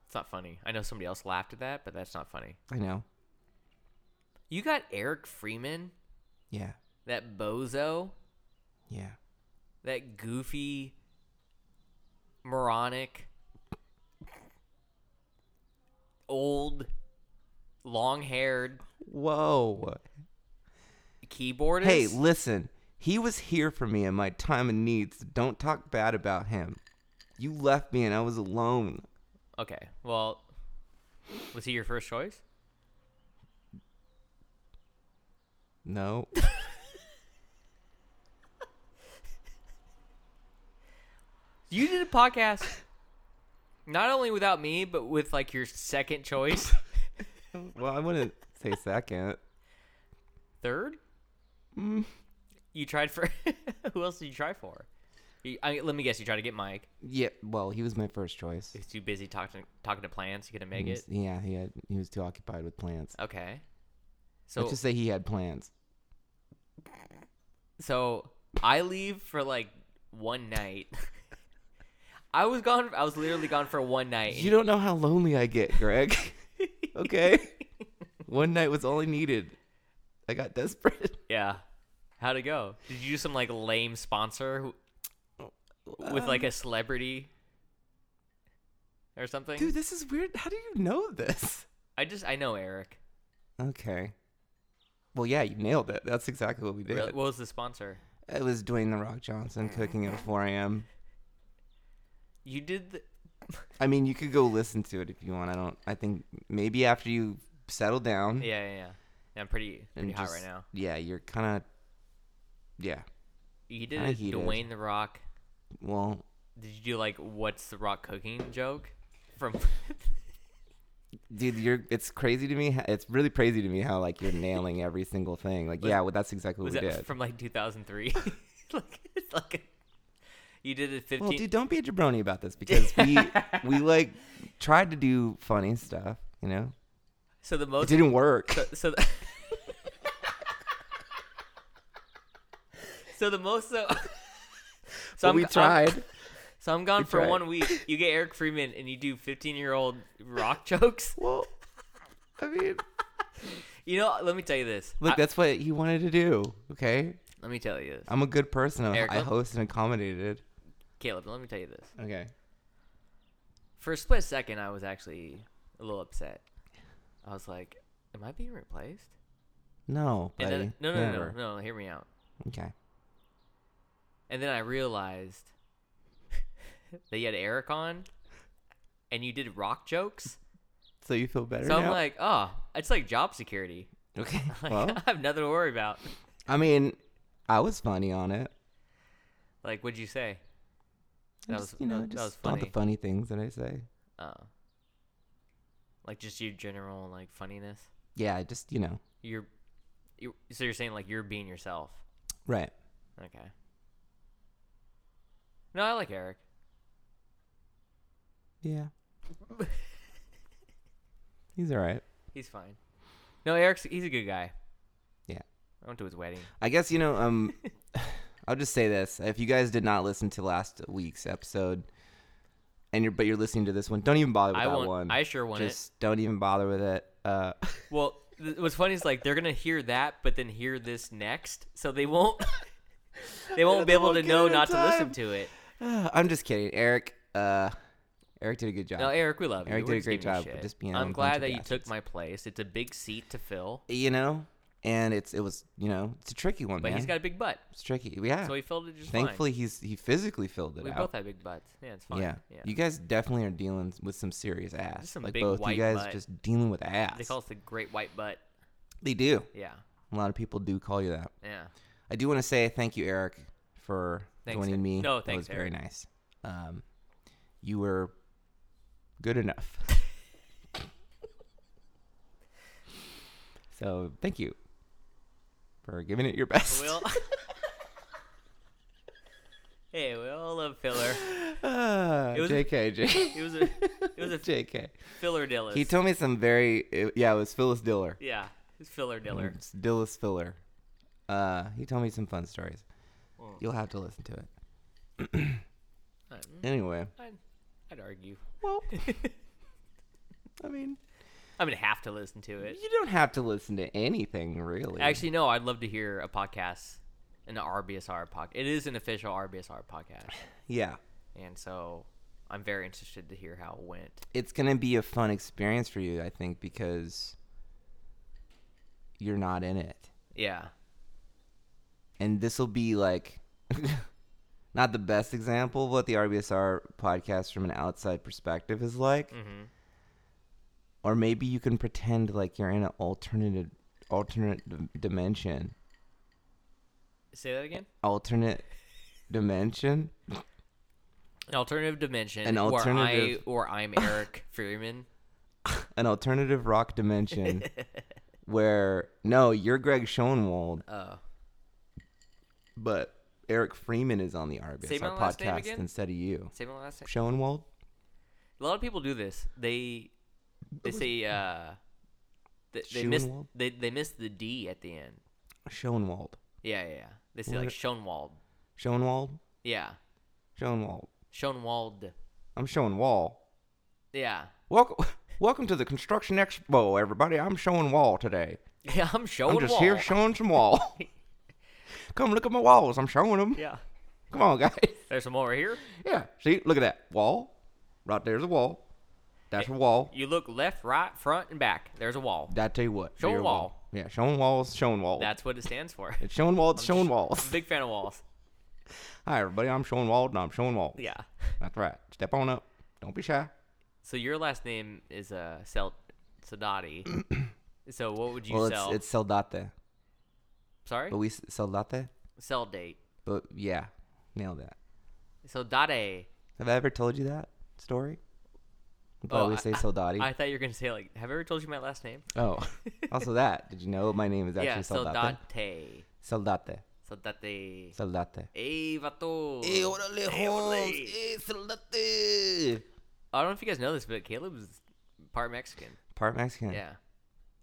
Speaker 1: It's not funny. I know somebody else laughed at that, but that's not funny.
Speaker 2: I know.
Speaker 1: You got Eric Freeman,
Speaker 2: Yeah,
Speaker 1: that bozo,
Speaker 2: yeah.
Speaker 1: that goofy, moronic, old, long haired
Speaker 2: Whoa.
Speaker 1: keyboardist.
Speaker 2: Hey, listen. He was here for me in my time of needs. Don't talk bad about him. You left me and I was alone.
Speaker 1: okay, well, was he your first choice?
Speaker 2: No.
Speaker 1: You did a podcast not only without me, but with like your second choice,
Speaker 2: well, I wouldn't say second.
Speaker 1: third. You tried for who else did you try for? You, I, let me guess. You tried to get Mike.
Speaker 2: Yeah. Well, he was my first choice.
Speaker 1: He was too busy talking talking to plants. He couldn't make
Speaker 2: He
Speaker 1: it.
Speaker 2: was- Yeah, he had. He was too occupied with plants.
Speaker 1: Okay. So
Speaker 2: Let's just say he had plans.
Speaker 1: so I leave for like one night. I was gone. I was literally gone for one night.
Speaker 2: You don't know how lonely I get, Greg. okay. One night was all I needed. I got desperate.
Speaker 1: yeah. How'd it go? Did you do some like lame sponsor who, with
Speaker 2: Um,
Speaker 1: like a celebrity or something?
Speaker 2: Um, Dude, this is weird. How do you know this?
Speaker 1: I just I know Eric.
Speaker 2: Okay. Well, yeah, you nailed it. That's exactly what we did.
Speaker 1: Really- What was the sponsor?
Speaker 2: it was Dwayne the Rock Johnson
Speaker 1: Mm-hmm.
Speaker 2: cooking at 4 a.m.
Speaker 1: You did. The,
Speaker 2: I mean, you could go listen to it if you want. I don't. I think maybe after you settle down.
Speaker 1: yeah, yeah, yeah. Yeah, I'm pretty
Speaker 2: and
Speaker 1: pretty hot right
Speaker 2: just-
Speaker 1: now.
Speaker 2: Yeah, you're kind of. Yeah.
Speaker 1: You did
Speaker 2: I
Speaker 1: a
Speaker 2: heated.
Speaker 1: Dwayne the Rock
Speaker 2: Well,
Speaker 1: Did you do like what's the rock cooking joke from
Speaker 2: dude you're it's crazy to me ho- it's really crazy to me how like you're nailing every single thing like yeah well that's exactly what
Speaker 1: Was
Speaker 2: we
Speaker 1: that
Speaker 2: did
Speaker 1: from like 2003? like, it's like you did it 15.
Speaker 2: well dude don't be a jabroni about this because we we like tried to do funny stuff you know
Speaker 1: so the
Speaker 2: it
Speaker 1: most.
Speaker 2: didn't work
Speaker 1: So, so the, so the most. So, so
Speaker 2: but
Speaker 1: I'm-
Speaker 2: we
Speaker 1: I'm-
Speaker 2: tried
Speaker 1: so I'm gone
Speaker 2: We
Speaker 1: for
Speaker 2: tried.
Speaker 1: one week. You get Eric Freeman and you do 15 year old rock jokes.
Speaker 2: well i mean
Speaker 1: You know, let me tell you this.
Speaker 2: look
Speaker 1: I-
Speaker 2: that's what he wanted to do okay
Speaker 1: let me tell you this,
Speaker 2: i'm a good person I'm-
Speaker 1: Eric,
Speaker 2: i
Speaker 1: let-
Speaker 2: host and accommodated
Speaker 1: Caleb. Let me tell you this.
Speaker 2: okay
Speaker 1: For a split second, I was actually a little upset. I was like, "Am I being replaced?"
Speaker 2: no
Speaker 1: And
Speaker 2: buddy
Speaker 1: then, no, no, no,
Speaker 2: never.
Speaker 1: no, no. Hear me out.
Speaker 2: okay
Speaker 1: And then I realized that you had Eric on, and you did rock jokes.
Speaker 2: so you feel better
Speaker 1: So I'm
Speaker 2: now?
Speaker 1: like, oh, it's like job security.
Speaker 2: okay
Speaker 1: Like,
Speaker 2: well
Speaker 1: I have nothing to worry about.
Speaker 2: i mean i was funny on it
Speaker 1: Like, what'd you say? That
Speaker 2: That
Speaker 1: was-
Speaker 2: was, you know,
Speaker 1: that- that
Speaker 2: just
Speaker 1: was
Speaker 2: all the
Speaker 1: funny.
Speaker 2: funny things that I say.
Speaker 1: Oh, like just your general like funniness.
Speaker 2: Yeah, I just you know,
Speaker 1: You're, you. So you're saying like you're being yourself.
Speaker 2: right?
Speaker 1: Okay. No, I like Eric.
Speaker 2: Yeah, he's all right.
Speaker 1: he's fine. No, Eric's he's a good guy.
Speaker 2: Yeah.
Speaker 1: I went to his wedding.
Speaker 2: I guess you know. Um, I'll just say this: if you guys did not listen to last week's episode, and you're but you're listening to this one, don't even bother with
Speaker 1: I
Speaker 2: that
Speaker 1: won't.
Speaker 2: one.
Speaker 1: I sure won't.
Speaker 2: just don't even bother with it. Uh,
Speaker 1: Well, th- what's funny is like they're gonna hear that, but then hear this next, so they won't. they won't be able
Speaker 2: won't
Speaker 1: to
Speaker 2: get
Speaker 1: know
Speaker 2: it in
Speaker 1: not to listen
Speaker 2: time.
Speaker 1: to it.
Speaker 2: I'm just kidding, Eric. Uh, Eric did a good job.
Speaker 1: No, Eric, we love you.
Speaker 2: Eric
Speaker 1: We're
Speaker 2: did a
Speaker 1: just
Speaker 2: great
Speaker 1: giving you
Speaker 2: job of
Speaker 1: shit.
Speaker 2: just being a
Speaker 1: I'm
Speaker 2: bunch
Speaker 1: glad
Speaker 2: of
Speaker 1: that you took
Speaker 2: bastards.
Speaker 1: my place. It's a big seat to fill,
Speaker 2: you know, and it's it was you know it's a tricky one,
Speaker 1: but
Speaker 2: man.
Speaker 1: he's got a big butt,
Speaker 2: it's tricky. Yeah.
Speaker 1: so he filled it just
Speaker 2: Thankfully, he's he physically filled it
Speaker 1: fine. We
Speaker 2: out.
Speaker 1: both have big butts. Yeah, it's fine.
Speaker 2: Yeah.
Speaker 1: yeah.
Speaker 2: You guys definitely are dealing with some serious ass.
Speaker 1: some
Speaker 2: like
Speaker 1: big
Speaker 2: both
Speaker 1: white
Speaker 2: you guys
Speaker 1: butt.
Speaker 2: just dealing with ass.
Speaker 1: They call us the Great White Butt.
Speaker 2: They do.
Speaker 1: Yeah,
Speaker 2: A lot of people do call you that.
Speaker 1: yeah.
Speaker 2: I do want to say thank you, Eric, for
Speaker 1: Thanks,
Speaker 2: joining
Speaker 1: Eric.
Speaker 2: me.
Speaker 1: No,
Speaker 2: That
Speaker 1: thanks,
Speaker 2: was very nice. Um, you were good enough. so thank you for giving it your best.
Speaker 1: Will. hey, we all love filler.
Speaker 2: Ah,
Speaker 1: It was-
Speaker 2: JK, JK.
Speaker 1: It was a, it was a
Speaker 2: JK.
Speaker 1: filler diller.
Speaker 2: He told me some very, it- yeah, it was Phyllis Diller.
Speaker 1: yeah, it's filler diller.
Speaker 2: It's Dillis Filler. Uh, he told me some fun stories.
Speaker 1: Oh.
Speaker 2: You'll have to listen to it.
Speaker 1: I-
Speaker 2: Anyway,
Speaker 1: I'd, I'd argue.
Speaker 2: well, I mean,
Speaker 1: I'm gonna have to listen to it.
Speaker 2: you don't have to listen to anything really.
Speaker 1: Actually, no. I'd love to hear a podcast, an RBSR podcast. It is an official RBSR podcast,
Speaker 2: yeah,
Speaker 1: and so I'm very interested to hear how it went.
Speaker 2: it's gonna be a fun experience for you, I think, because you're not in it,
Speaker 1: Yeah,
Speaker 2: and this will be like. Not the best example of what the RBSR podcast from an outside perspective is like,
Speaker 1: hmm
Speaker 2: or maybe you can pretend like you're in an alternative alternate d- dimension
Speaker 1: Say that again.
Speaker 2: alternate dimension
Speaker 1: An alternative dimension.
Speaker 2: An alternative-
Speaker 1: Where I or I'm Eric Freeman.
Speaker 2: an alternative rock dimension where no you're greg schoenwald
Speaker 1: Oh,
Speaker 2: but eric freeman is on the rbs
Speaker 1: Say my last name
Speaker 2: podcast
Speaker 1: again?
Speaker 2: instead of you
Speaker 1: say my last name.
Speaker 2: schoenwald
Speaker 1: A lot of people do this. They they say uh, they, they miss
Speaker 2: Schoenwald?
Speaker 1: they they miss the D at the end.
Speaker 2: schoenwald
Speaker 1: Yeah, yeah. yeah. They say like
Speaker 2: What-
Speaker 1: Schoenwald.
Speaker 2: schoenwald
Speaker 1: Yeah,
Speaker 2: schoenwald
Speaker 1: Schoenwald.
Speaker 2: i'm schoenwald
Speaker 1: Yeah,
Speaker 2: welcome welcome to the construction expo everybody i'm schoenwald today
Speaker 1: yeah. I'm
Speaker 2: i'm
Speaker 1: Schoenwald.
Speaker 2: just here showing some wall come look at my walls i'm showing them
Speaker 1: yeah.
Speaker 2: come on guys
Speaker 1: There's some over here.
Speaker 2: yeah see look at that wall right there's a wall that's a wall
Speaker 1: You look left, right, front, and back. There's a wall.
Speaker 2: I tell you what,
Speaker 1: Showing
Speaker 2: you're a
Speaker 1: wall.
Speaker 2: Yeah, showing walls, showing walls.
Speaker 1: That's what it stands for.
Speaker 2: it's showing walls, it's showing walls.
Speaker 1: Big fan of walls.
Speaker 2: Hi everybody, I'm showing wall and I'm showing wall.
Speaker 1: Yeah.
Speaker 2: That's right. Step on up. Don't be shy.
Speaker 1: So your last name is uh Sel Sadati. so what would you
Speaker 2: well,
Speaker 1: sell?
Speaker 2: it's it's soldate,
Speaker 1: Sorry,
Speaker 2: but we s- soldate.
Speaker 1: sell date.
Speaker 2: But yeah, nailed that.
Speaker 1: So Dade.
Speaker 2: Have I ever told you that story? Why
Speaker 1: Oh,
Speaker 2: we
Speaker 1: I-
Speaker 2: say Soldati.
Speaker 1: I thought you were gonna say like, have I ever told you my last name?
Speaker 2: oh, also that. Did you know my name is actually
Speaker 1: yeah,
Speaker 2: Soldate?
Speaker 1: Soldate.
Speaker 2: Soldate.
Speaker 1: Soldate.
Speaker 2: Soldate.
Speaker 1: Hey, vato.
Speaker 2: Hey, órale,
Speaker 1: Hey,
Speaker 2: Holmes.
Speaker 1: órale.
Speaker 2: Hey, Soldate.
Speaker 1: I don't know if you guys know this, but Caleb's part Mexican.
Speaker 2: Part Mexican.
Speaker 1: Yeah.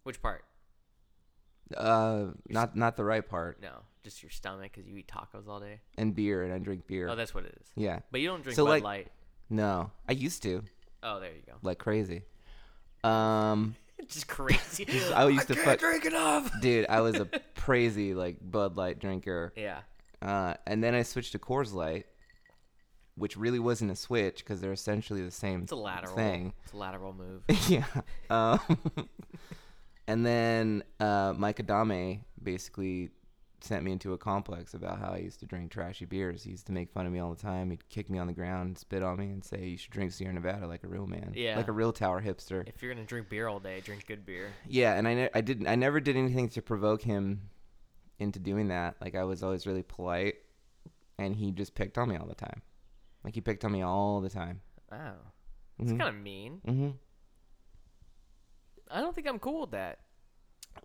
Speaker 1: Which part?
Speaker 2: Uh, not not the right part.
Speaker 1: No, just your stomach because you eat tacos all day.
Speaker 2: And beer, and I drink beer.
Speaker 1: Oh, that's what it is.
Speaker 2: yeah.
Speaker 1: But you don't drink
Speaker 2: So,
Speaker 1: Bud
Speaker 2: like-
Speaker 1: Light.
Speaker 2: No, I used to
Speaker 1: Oh, there you go.
Speaker 2: like crazy. Um,
Speaker 1: just crazy.
Speaker 2: I used to
Speaker 1: can't
Speaker 2: fuck-
Speaker 1: drink enough.
Speaker 2: dude, I was a crazy like Bud Light drinker.
Speaker 1: Yeah.
Speaker 2: Uh, and then I switched to Coors Light, which really wasn't a switch because they're essentially the same
Speaker 1: It's a lateral.
Speaker 2: thing.
Speaker 1: It's a lateral move.
Speaker 2: yeah. Um, and then uh, Mike Adame basically sent me into a complex about how I used to drink trashy beers. He used to make fun of me all the time. He'd kick me on the ground, spit on me, and say, "You should drink Sierra Nevada like a real man,
Speaker 1: Yeah.
Speaker 2: like a real tower hipster."
Speaker 1: if you're gonna drink beer all day, drink good beer.
Speaker 2: Yeah, and I, ne- I didn't, I never did anything to provoke him into doing that. Like I was always really polite, and he just picked on me all the time. Like he picked on me all the time.
Speaker 1: Oh, it's
Speaker 2: Mhm.
Speaker 1: kind of mean.
Speaker 2: Mm-hmm.
Speaker 1: I don't think I'm cool with that.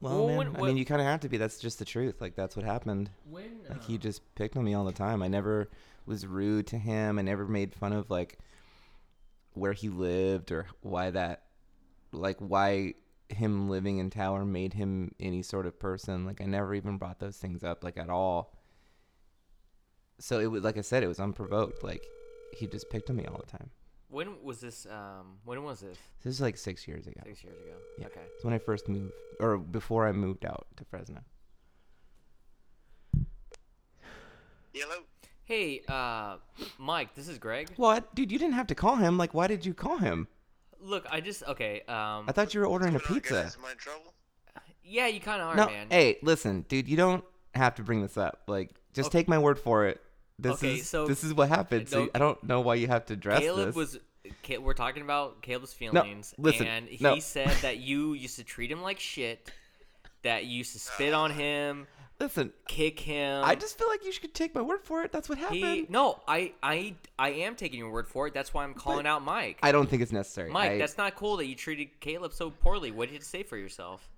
Speaker 2: Well,
Speaker 1: Well,
Speaker 2: man,
Speaker 1: when-
Speaker 2: I mean,
Speaker 1: what-
Speaker 2: you kind of have to be. That's just the truth. Like that's what happened.
Speaker 1: When
Speaker 2: Like he just picked on me all the time. I never was rude to him. I never made fun of like where he lived or why that like why him living in tower made him any sort of person. Like I never even brought those things up like at all. So it was like I said, it was unprovoked. Like he just picked on me all the time.
Speaker 1: when was this? Um, when was this?
Speaker 2: This is like six years ago.
Speaker 1: Six years ago.
Speaker 2: Yeah.
Speaker 1: Okay.
Speaker 2: It's when I first moved or before I moved out to Fresno.
Speaker 3: Hello.
Speaker 1: Hey, uh, Mike, this is Greg.
Speaker 2: What? Dude, you didn't have to call him. Like why did you call him?
Speaker 1: Look, I just okay. Um,
Speaker 2: I thought you were ordering a
Speaker 3: What's going on,
Speaker 2: pizza.
Speaker 3: guys? Am I in trouble?
Speaker 1: yeah, you kind of are,
Speaker 2: no,
Speaker 1: man.
Speaker 2: hey, listen, dude, you don't have to bring this up. Like, just take my word for it. This
Speaker 1: Okay,
Speaker 2: is
Speaker 1: so-
Speaker 2: this is what happened. So
Speaker 1: No.
Speaker 2: I don't know why you have to dress
Speaker 1: Caleb
Speaker 2: this.
Speaker 1: was. Ca- We're talking about Caleb's feelings,
Speaker 2: listen,
Speaker 1: and he
Speaker 2: no.
Speaker 1: said that you used to treat him like shit, that you used to spit on him,
Speaker 2: listen,
Speaker 1: kick him.
Speaker 2: I just feel like you should take my word for it. That's what happened.
Speaker 1: Uh-huh. he no, I I I am taking your word for it. That's why I'm calling out Mike.
Speaker 2: I don't think it's necessary.
Speaker 1: Mike,
Speaker 2: I-
Speaker 1: that's not cool that you treated Caleb so poorly. What did you say for yourself?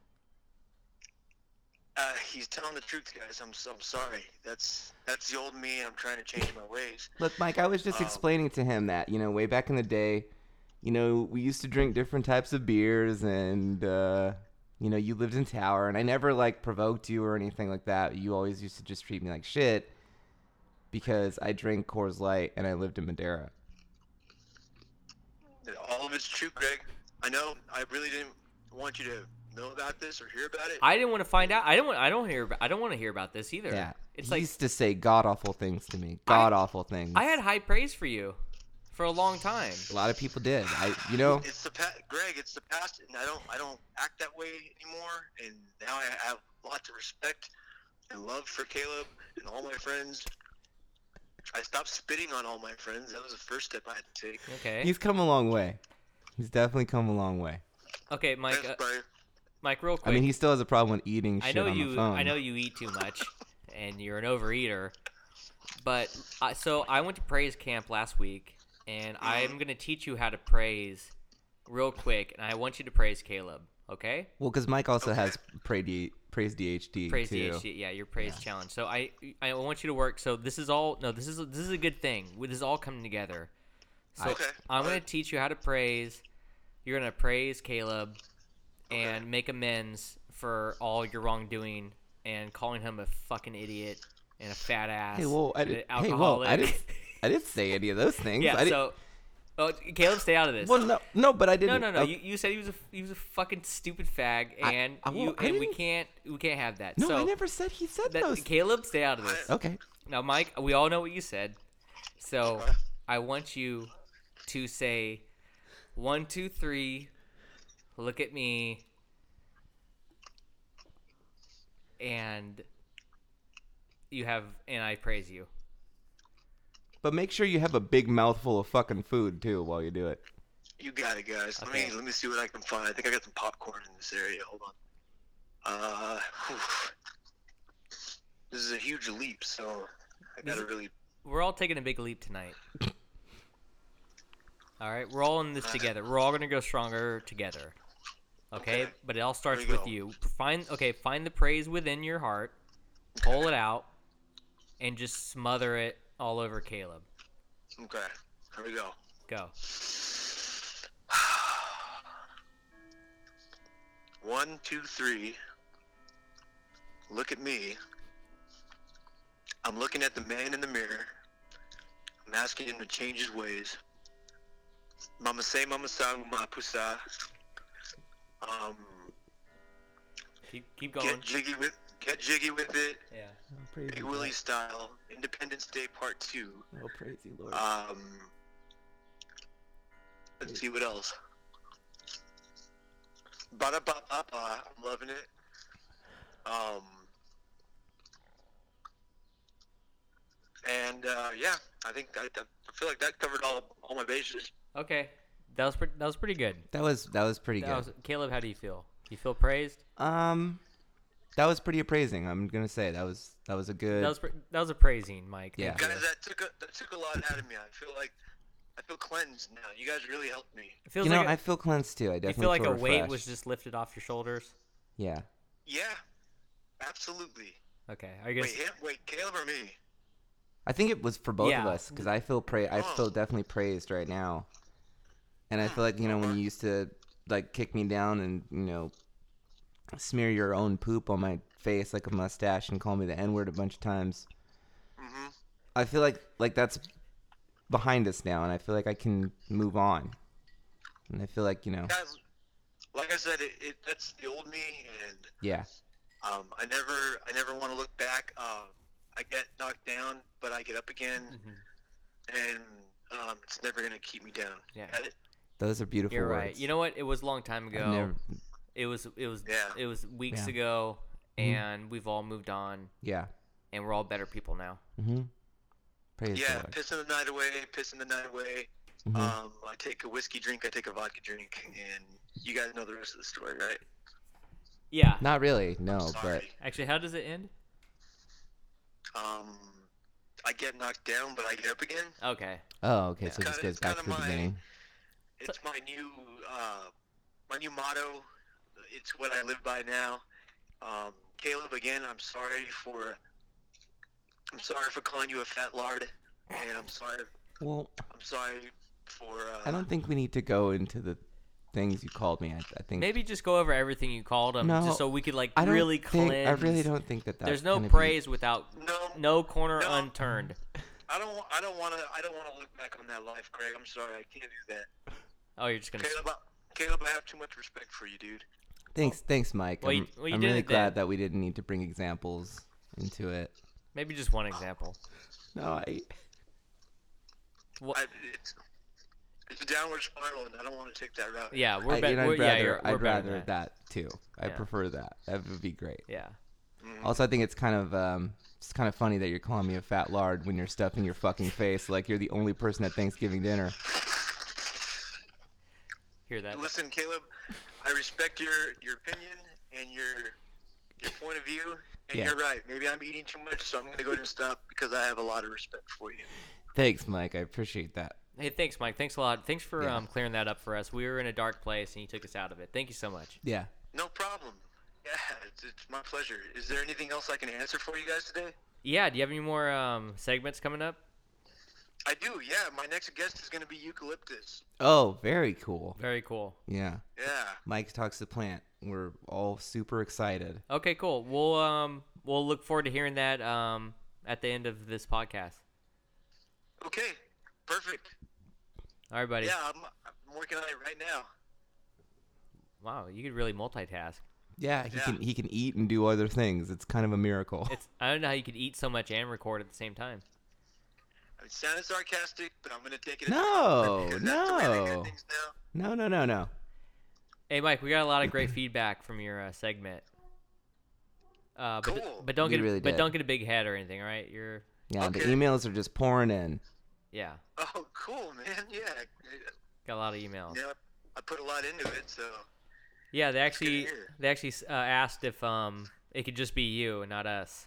Speaker 3: Uh, he's telling the truth, guys. I'm so- I'm sorry. That's that's the old me. I'm trying to change my ways.
Speaker 2: Look, Mike, I was just
Speaker 3: Um,
Speaker 2: explaining to him that, you know, way back in the day, you know, we used to drink different types of beers and uh you know, you lived in Tower and I never like provoked you or anything like that. You always used to just treat me like shit because I drank Coors Light and I lived in Madeira.
Speaker 3: All of it's true, Greg. I know. I really didn't want you to know about this or hear about it.
Speaker 1: I didn't want to find out. I don't want. I don't hear. I don't want to hear about this either.
Speaker 2: Yeah.
Speaker 1: It's
Speaker 2: he
Speaker 1: like
Speaker 2: used to say god awful things to me. God awful things.
Speaker 1: I had high praise for you for a long time.
Speaker 2: a lot of people did. I you know
Speaker 3: It's the past, Greg. It's the past, and I don't I don't act that way anymore. And now I have lots of respect and love for Caleb and all my friends. I stopped spitting on all my friends. That was the first step I had to take.
Speaker 1: Okay.
Speaker 2: he's come a long way. He's definitely come a long way.
Speaker 1: okay, Mike.
Speaker 3: Thanks,
Speaker 1: Uh,
Speaker 3: brother.
Speaker 1: Mike, real
Speaker 2: I
Speaker 1: quick.
Speaker 2: mean, he still has a problem with eating
Speaker 1: I
Speaker 2: shit
Speaker 1: know
Speaker 2: on the
Speaker 1: you.
Speaker 2: phone.
Speaker 1: I know you eat too much, and you're an overeater. But I, so I went to praise camp last week, and I'm gonna teach you how to praise, real quick. And I want you to praise Caleb. Okay.
Speaker 2: Well, because Mike also
Speaker 3: Okay.
Speaker 2: has pray D- praise DHD
Speaker 1: praise
Speaker 2: too.
Speaker 1: DHD. Yeah, your praise challenge. So I I want you to work. So this is all no. This is this is a good thing. This is all coming together. So
Speaker 3: Okay.
Speaker 1: I'm gonna
Speaker 3: Alright.
Speaker 1: teach you how to praise. You're gonna praise Caleb, and make amends for all your wrongdoing and calling him a fucking idiot and a fat ass.
Speaker 2: Hey, whoa! I
Speaker 1: and
Speaker 2: did,
Speaker 1: an
Speaker 2: hey, whoa! I
Speaker 1: alcoholic.
Speaker 2: didn't, I didn't say any of those things.
Speaker 1: yeah.
Speaker 2: I didn't,
Speaker 1: so, oh, Caleb, stay out of this.
Speaker 2: well, no, no, but I
Speaker 1: no,
Speaker 2: didn't.
Speaker 1: no, no.
Speaker 2: oh,
Speaker 1: You, you said he was a he was a fucking stupid fag,
Speaker 2: I-
Speaker 1: and
Speaker 2: I- well,
Speaker 1: you
Speaker 2: I
Speaker 1: and we
Speaker 2: didn't-
Speaker 1: can't we can't have that.
Speaker 2: no,
Speaker 1: so
Speaker 2: I never said he said
Speaker 1: that-
Speaker 2: those.
Speaker 1: Caleb, stay out of this.
Speaker 2: Okay,
Speaker 1: Now, Mike, we all know what you said. So I want you to say one, two, three, look at me, and you have, and I praise you.
Speaker 2: but make sure you have a big mouthful of fucking food too while you do it.
Speaker 3: You got it, guys. Let
Speaker 1: Okay.
Speaker 3: me let me see what I can find. I think I got some popcorn in this area. Hold on. Uh, whew. this is a huge leap, so I
Speaker 1: This
Speaker 3: gotta
Speaker 1: is-
Speaker 3: really.
Speaker 1: We're all taking a big leap tonight. All right, we're all in this together. We're all gonna go stronger together. Okay,
Speaker 3: Okay.
Speaker 1: but it all starts
Speaker 3: we
Speaker 1: with
Speaker 3: go.
Speaker 1: you. Find okay, find the praise within your heart, pull it out, and just smother it all over Caleb.
Speaker 3: Okay, here we go.
Speaker 1: Go.
Speaker 3: One, two, three. Look at me. I'm looking at the man in the mirror. I'm asking him to change his ways. Mama say, Mama sa, Mama pusa. Um,
Speaker 1: Keep keep
Speaker 3: get
Speaker 1: going.
Speaker 3: jiggy with, get jiggy with it.
Speaker 1: Yeah.
Speaker 2: praise
Speaker 3: Big Willie style. Independence Day Part Two.
Speaker 2: Oh, praise you, Lord.
Speaker 3: Um, let's see what else. Ba da ba ba ba. I'm loving it. Um, and uh, yeah, I think I, I feel like that covered all all my bases.
Speaker 1: Okay. That was pretty. That was pretty good.
Speaker 2: that was that was pretty
Speaker 1: That
Speaker 2: good.
Speaker 1: was, Caleb, how do you feel? You feel praised?
Speaker 2: um, that was pretty appraising. I'm gonna say that was that was a good.
Speaker 1: That was pre- that was appraising, Mike.
Speaker 2: Yeah.
Speaker 1: Thank you.
Speaker 3: Guys, that took a, that took a lot out of me. I feel like I feel cleansed now. You guys really helped me.
Speaker 1: It feels
Speaker 2: you know,
Speaker 1: like
Speaker 2: I
Speaker 1: a-
Speaker 2: feel cleansed too. I
Speaker 1: you
Speaker 2: definitely
Speaker 1: feel like a weight
Speaker 2: refreshed.
Speaker 1: was just lifted off your shoulders.
Speaker 2: yeah.
Speaker 3: Yeah, absolutely.
Speaker 1: Okay. Are you
Speaker 3: Wait,
Speaker 1: gonna?
Speaker 3: him, wait, Caleb or me?
Speaker 2: I think it was for both of
Speaker 1: Yeah.
Speaker 2: us because I feel pra- I
Speaker 3: Oh.
Speaker 2: feel definitely praised right now, and I feel like you know when you used to like kick me down and you know smear your own poop on my face like a mustache and call me the n word a bunch of times.
Speaker 3: Mm-hmm.
Speaker 2: I feel like like that's behind us now, and I feel like I can move on, and I feel like you know
Speaker 3: Guys, like I said, it, it that's the old me, and
Speaker 2: yeah
Speaker 3: Um, I never, I never want to look back. Um, I get knocked down, but I get up again,
Speaker 1: Mhm.
Speaker 3: and um, it's never gonna keep me down.
Speaker 1: Yeah.
Speaker 3: Got it?
Speaker 2: those are beautiful
Speaker 1: You're
Speaker 2: words.
Speaker 1: right. You know what? It was a long time
Speaker 2: I've
Speaker 1: ago.
Speaker 2: never-
Speaker 1: It was it was
Speaker 3: Yeah.
Speaker 1: it was weeks
Speaker 2: Yeah. Mm-hmm.
Speaker 1: ago, and we've all moved on,
Speaker 2: yeah.
Speaker 1: and we're all better people now.
Speaker 2: Mm-hmm. Praise
Speaker 3: yeah,
Speaker 2: the Lord.
Speaker 3: pissing the night away, pissing the night away.
Speaker 2: Mhm.
Speaker 3: Um, I take a whiskey drink, I take a vodka drink, and you guys know the rest of the story, right?
Speaker 1: Yeah.
Speaker 2: Not really, no, but
Speaker 3: Sorry.
Speaker 1: Actually, how does it end?
Speaker 3: Um, I get knocked down, but I get up again.
Speaker 1: Okay.
Speaker 2: oh, okay,
Speaker 3: It's
Speaker 2: so it just
Speaker 3: kinda-
Speaker 2: goes
Speaker 3: it's
Speaker 2: back to
Speaker 3: kinda
Speaker 2: the
Speaker 3: my-
Speaker 2: beginning.
Speaker 3: It's my new, uh, my new motto. It's what I live by now. Um, Caleb, again, I'm sorry for, I'm sorry for calling you a fat lard, and I'm sorry,
Speaker 2: Well,
Speaker 3: I'm sorry for. Uh,
Speaker 2: I don't think we need to go into the things you called me. I, I think
Speaker 1: Maybe just go over everything you called him,
Speaker 2: No,
Speaker 1: just so we could like
Speaker 2: I don't
Speaker 1: really
Speaker 2: think,
Speaker 1: cleanse.
Speaker 2: I really don't think that that's
Speaker 1: There's no
Speaker 2: gonna be-
Speaker 1: praise without
Speaker 3: No,
Speaker 1: no corner
Speaker 3: No.
Speaker 1: unturned.
Speaker 3: I don't. wa- I don't want to. I don't want to look back on that life, Greg. I'm sorry, I can't do that.
Speaker 1: Oh, you're just gonna.
Speaker 3: Caleb, I, Caleb, I have too much respect for you, dude.
Speaker 2: thanks, thanks, Mike.
Speaker 1: Well, you-
Speaker 2: I'm,
Speaker 1: well, you
Speaker 2: I'm
Speaker 1: did
Speaker 2: really
Speaker 1: it then.
Speaker 2: glad that we didn't need to bring examples into it.
Speaker 1: Maybe just one example.
Speaker 2: No, I.
Speaker 3: I, it's, it's a downward spiral, and I don't want to take that route.
Speaker 1: Yeah,
Speaker 2: I
Speaker 1: we're, be-
Speaker 2: and I'd
Speaker 1: we're
Speaker 2: rather,
Speaker 1: yeah, you're, we're better
Speaker 2: I'd rather
Speaker 1: than
Speaker 2: that. too. I
Speaker 1: Yeah.
Speaker 2: prefer that. That would be great.
Speaker 1: Yeah.
Speaker 2: Also, I think it's kind of um, it's kind of funny that you're calling me a fat lard when you're stuffing your fucking face like you're the only person at Thanksgiving dinner.
Speaker 1: Hear that?
Speaker 3: Listen, Caleb, I respect your your opinion and your your point of view, and
Speaker 2: Yeah.
Speaker 3: you're right. Maybe I'm eating too much, so I'm gonna go ahead and stop because I have a lot of respect for you.
Speaker 2: Thanks, Mike. I appreciate that.
Speaker 1: Hey, thanks, Mike. Thanks a lot. Thanks for
Speaker 2: Yeah.
Speaker 1: um, clearing that up for us. We were in a dark place, and you took us out of it. Thank you so much.
Speaker 2: Yeah.
Speaker 3: No problem. Yeah, it's, it's my pleasure. Is there anything else I can answer for you guys today?
Speaker 1: Yeah. Do you have any more um, segments coming up?
Speaker 3: I do. Yeah, my next guest is gonna be eucalyptus.
Speaker 2: Oh, very cool.
Speaker 1: Very cool.
Speaker 2: Yeah.
Speaker 3: Yeah.
Speaker 2: Mike talks to plant. We're all super excited.
Speaker 1: Okay, cool. We'll um we'll look forward to hearing that um at the end of this podcast.
Speaker 3: Okay. Perfect.
Speaker 1: All right, buddy.
Speaker 3: Yeah, I'm, I'm working on it right now.
Speaker 1: Wow, you could really multitask.
Speaker 2: Yeah, he
Speaker 3: Yeah.
Speaker 2: can he can eat and do other things. It's kind of a miracle.
Speaker 1: It's I don't know how you could eat so much and record at the same time.
Speaker 3: It sounded sarcastic, but I'm gonna take it. as a
Speaker 2: No,
Speaker 3: compliment because that's the way they do
Speaker 2: no.
Speaker 3: things now.
Speaker 2: No, no, no, no.
Speaker 1: Hey, Mike, we got a lot of great feedback from your uh, segment. Uh, but,
Speaker 3: Cool.
Speaker 1: but don't
Speaker 2: We
Speaker 1: get a-
Speaker 2: really
Speaker 1: but
Speaker 2: did.
Speaker 1: don't get a big head or anything. All right, you're
Speaker 2: Yeah, the
Speaker 3: Okay.
Speaker 2: emails are just pouring in.
Speaker 1: yeah
Speaker 3: Oh, cool, man. Yeah.
Speaker 1: got a lot of emails.
Speaker 3: Yeah, I put a lot into it, so
Speaker 1: Yeah, they
Speaker 3: good to
Speaker 1: actually
Speaker 3: hear.
Speaker 1: they actually uh, asked if um it could just be you and not us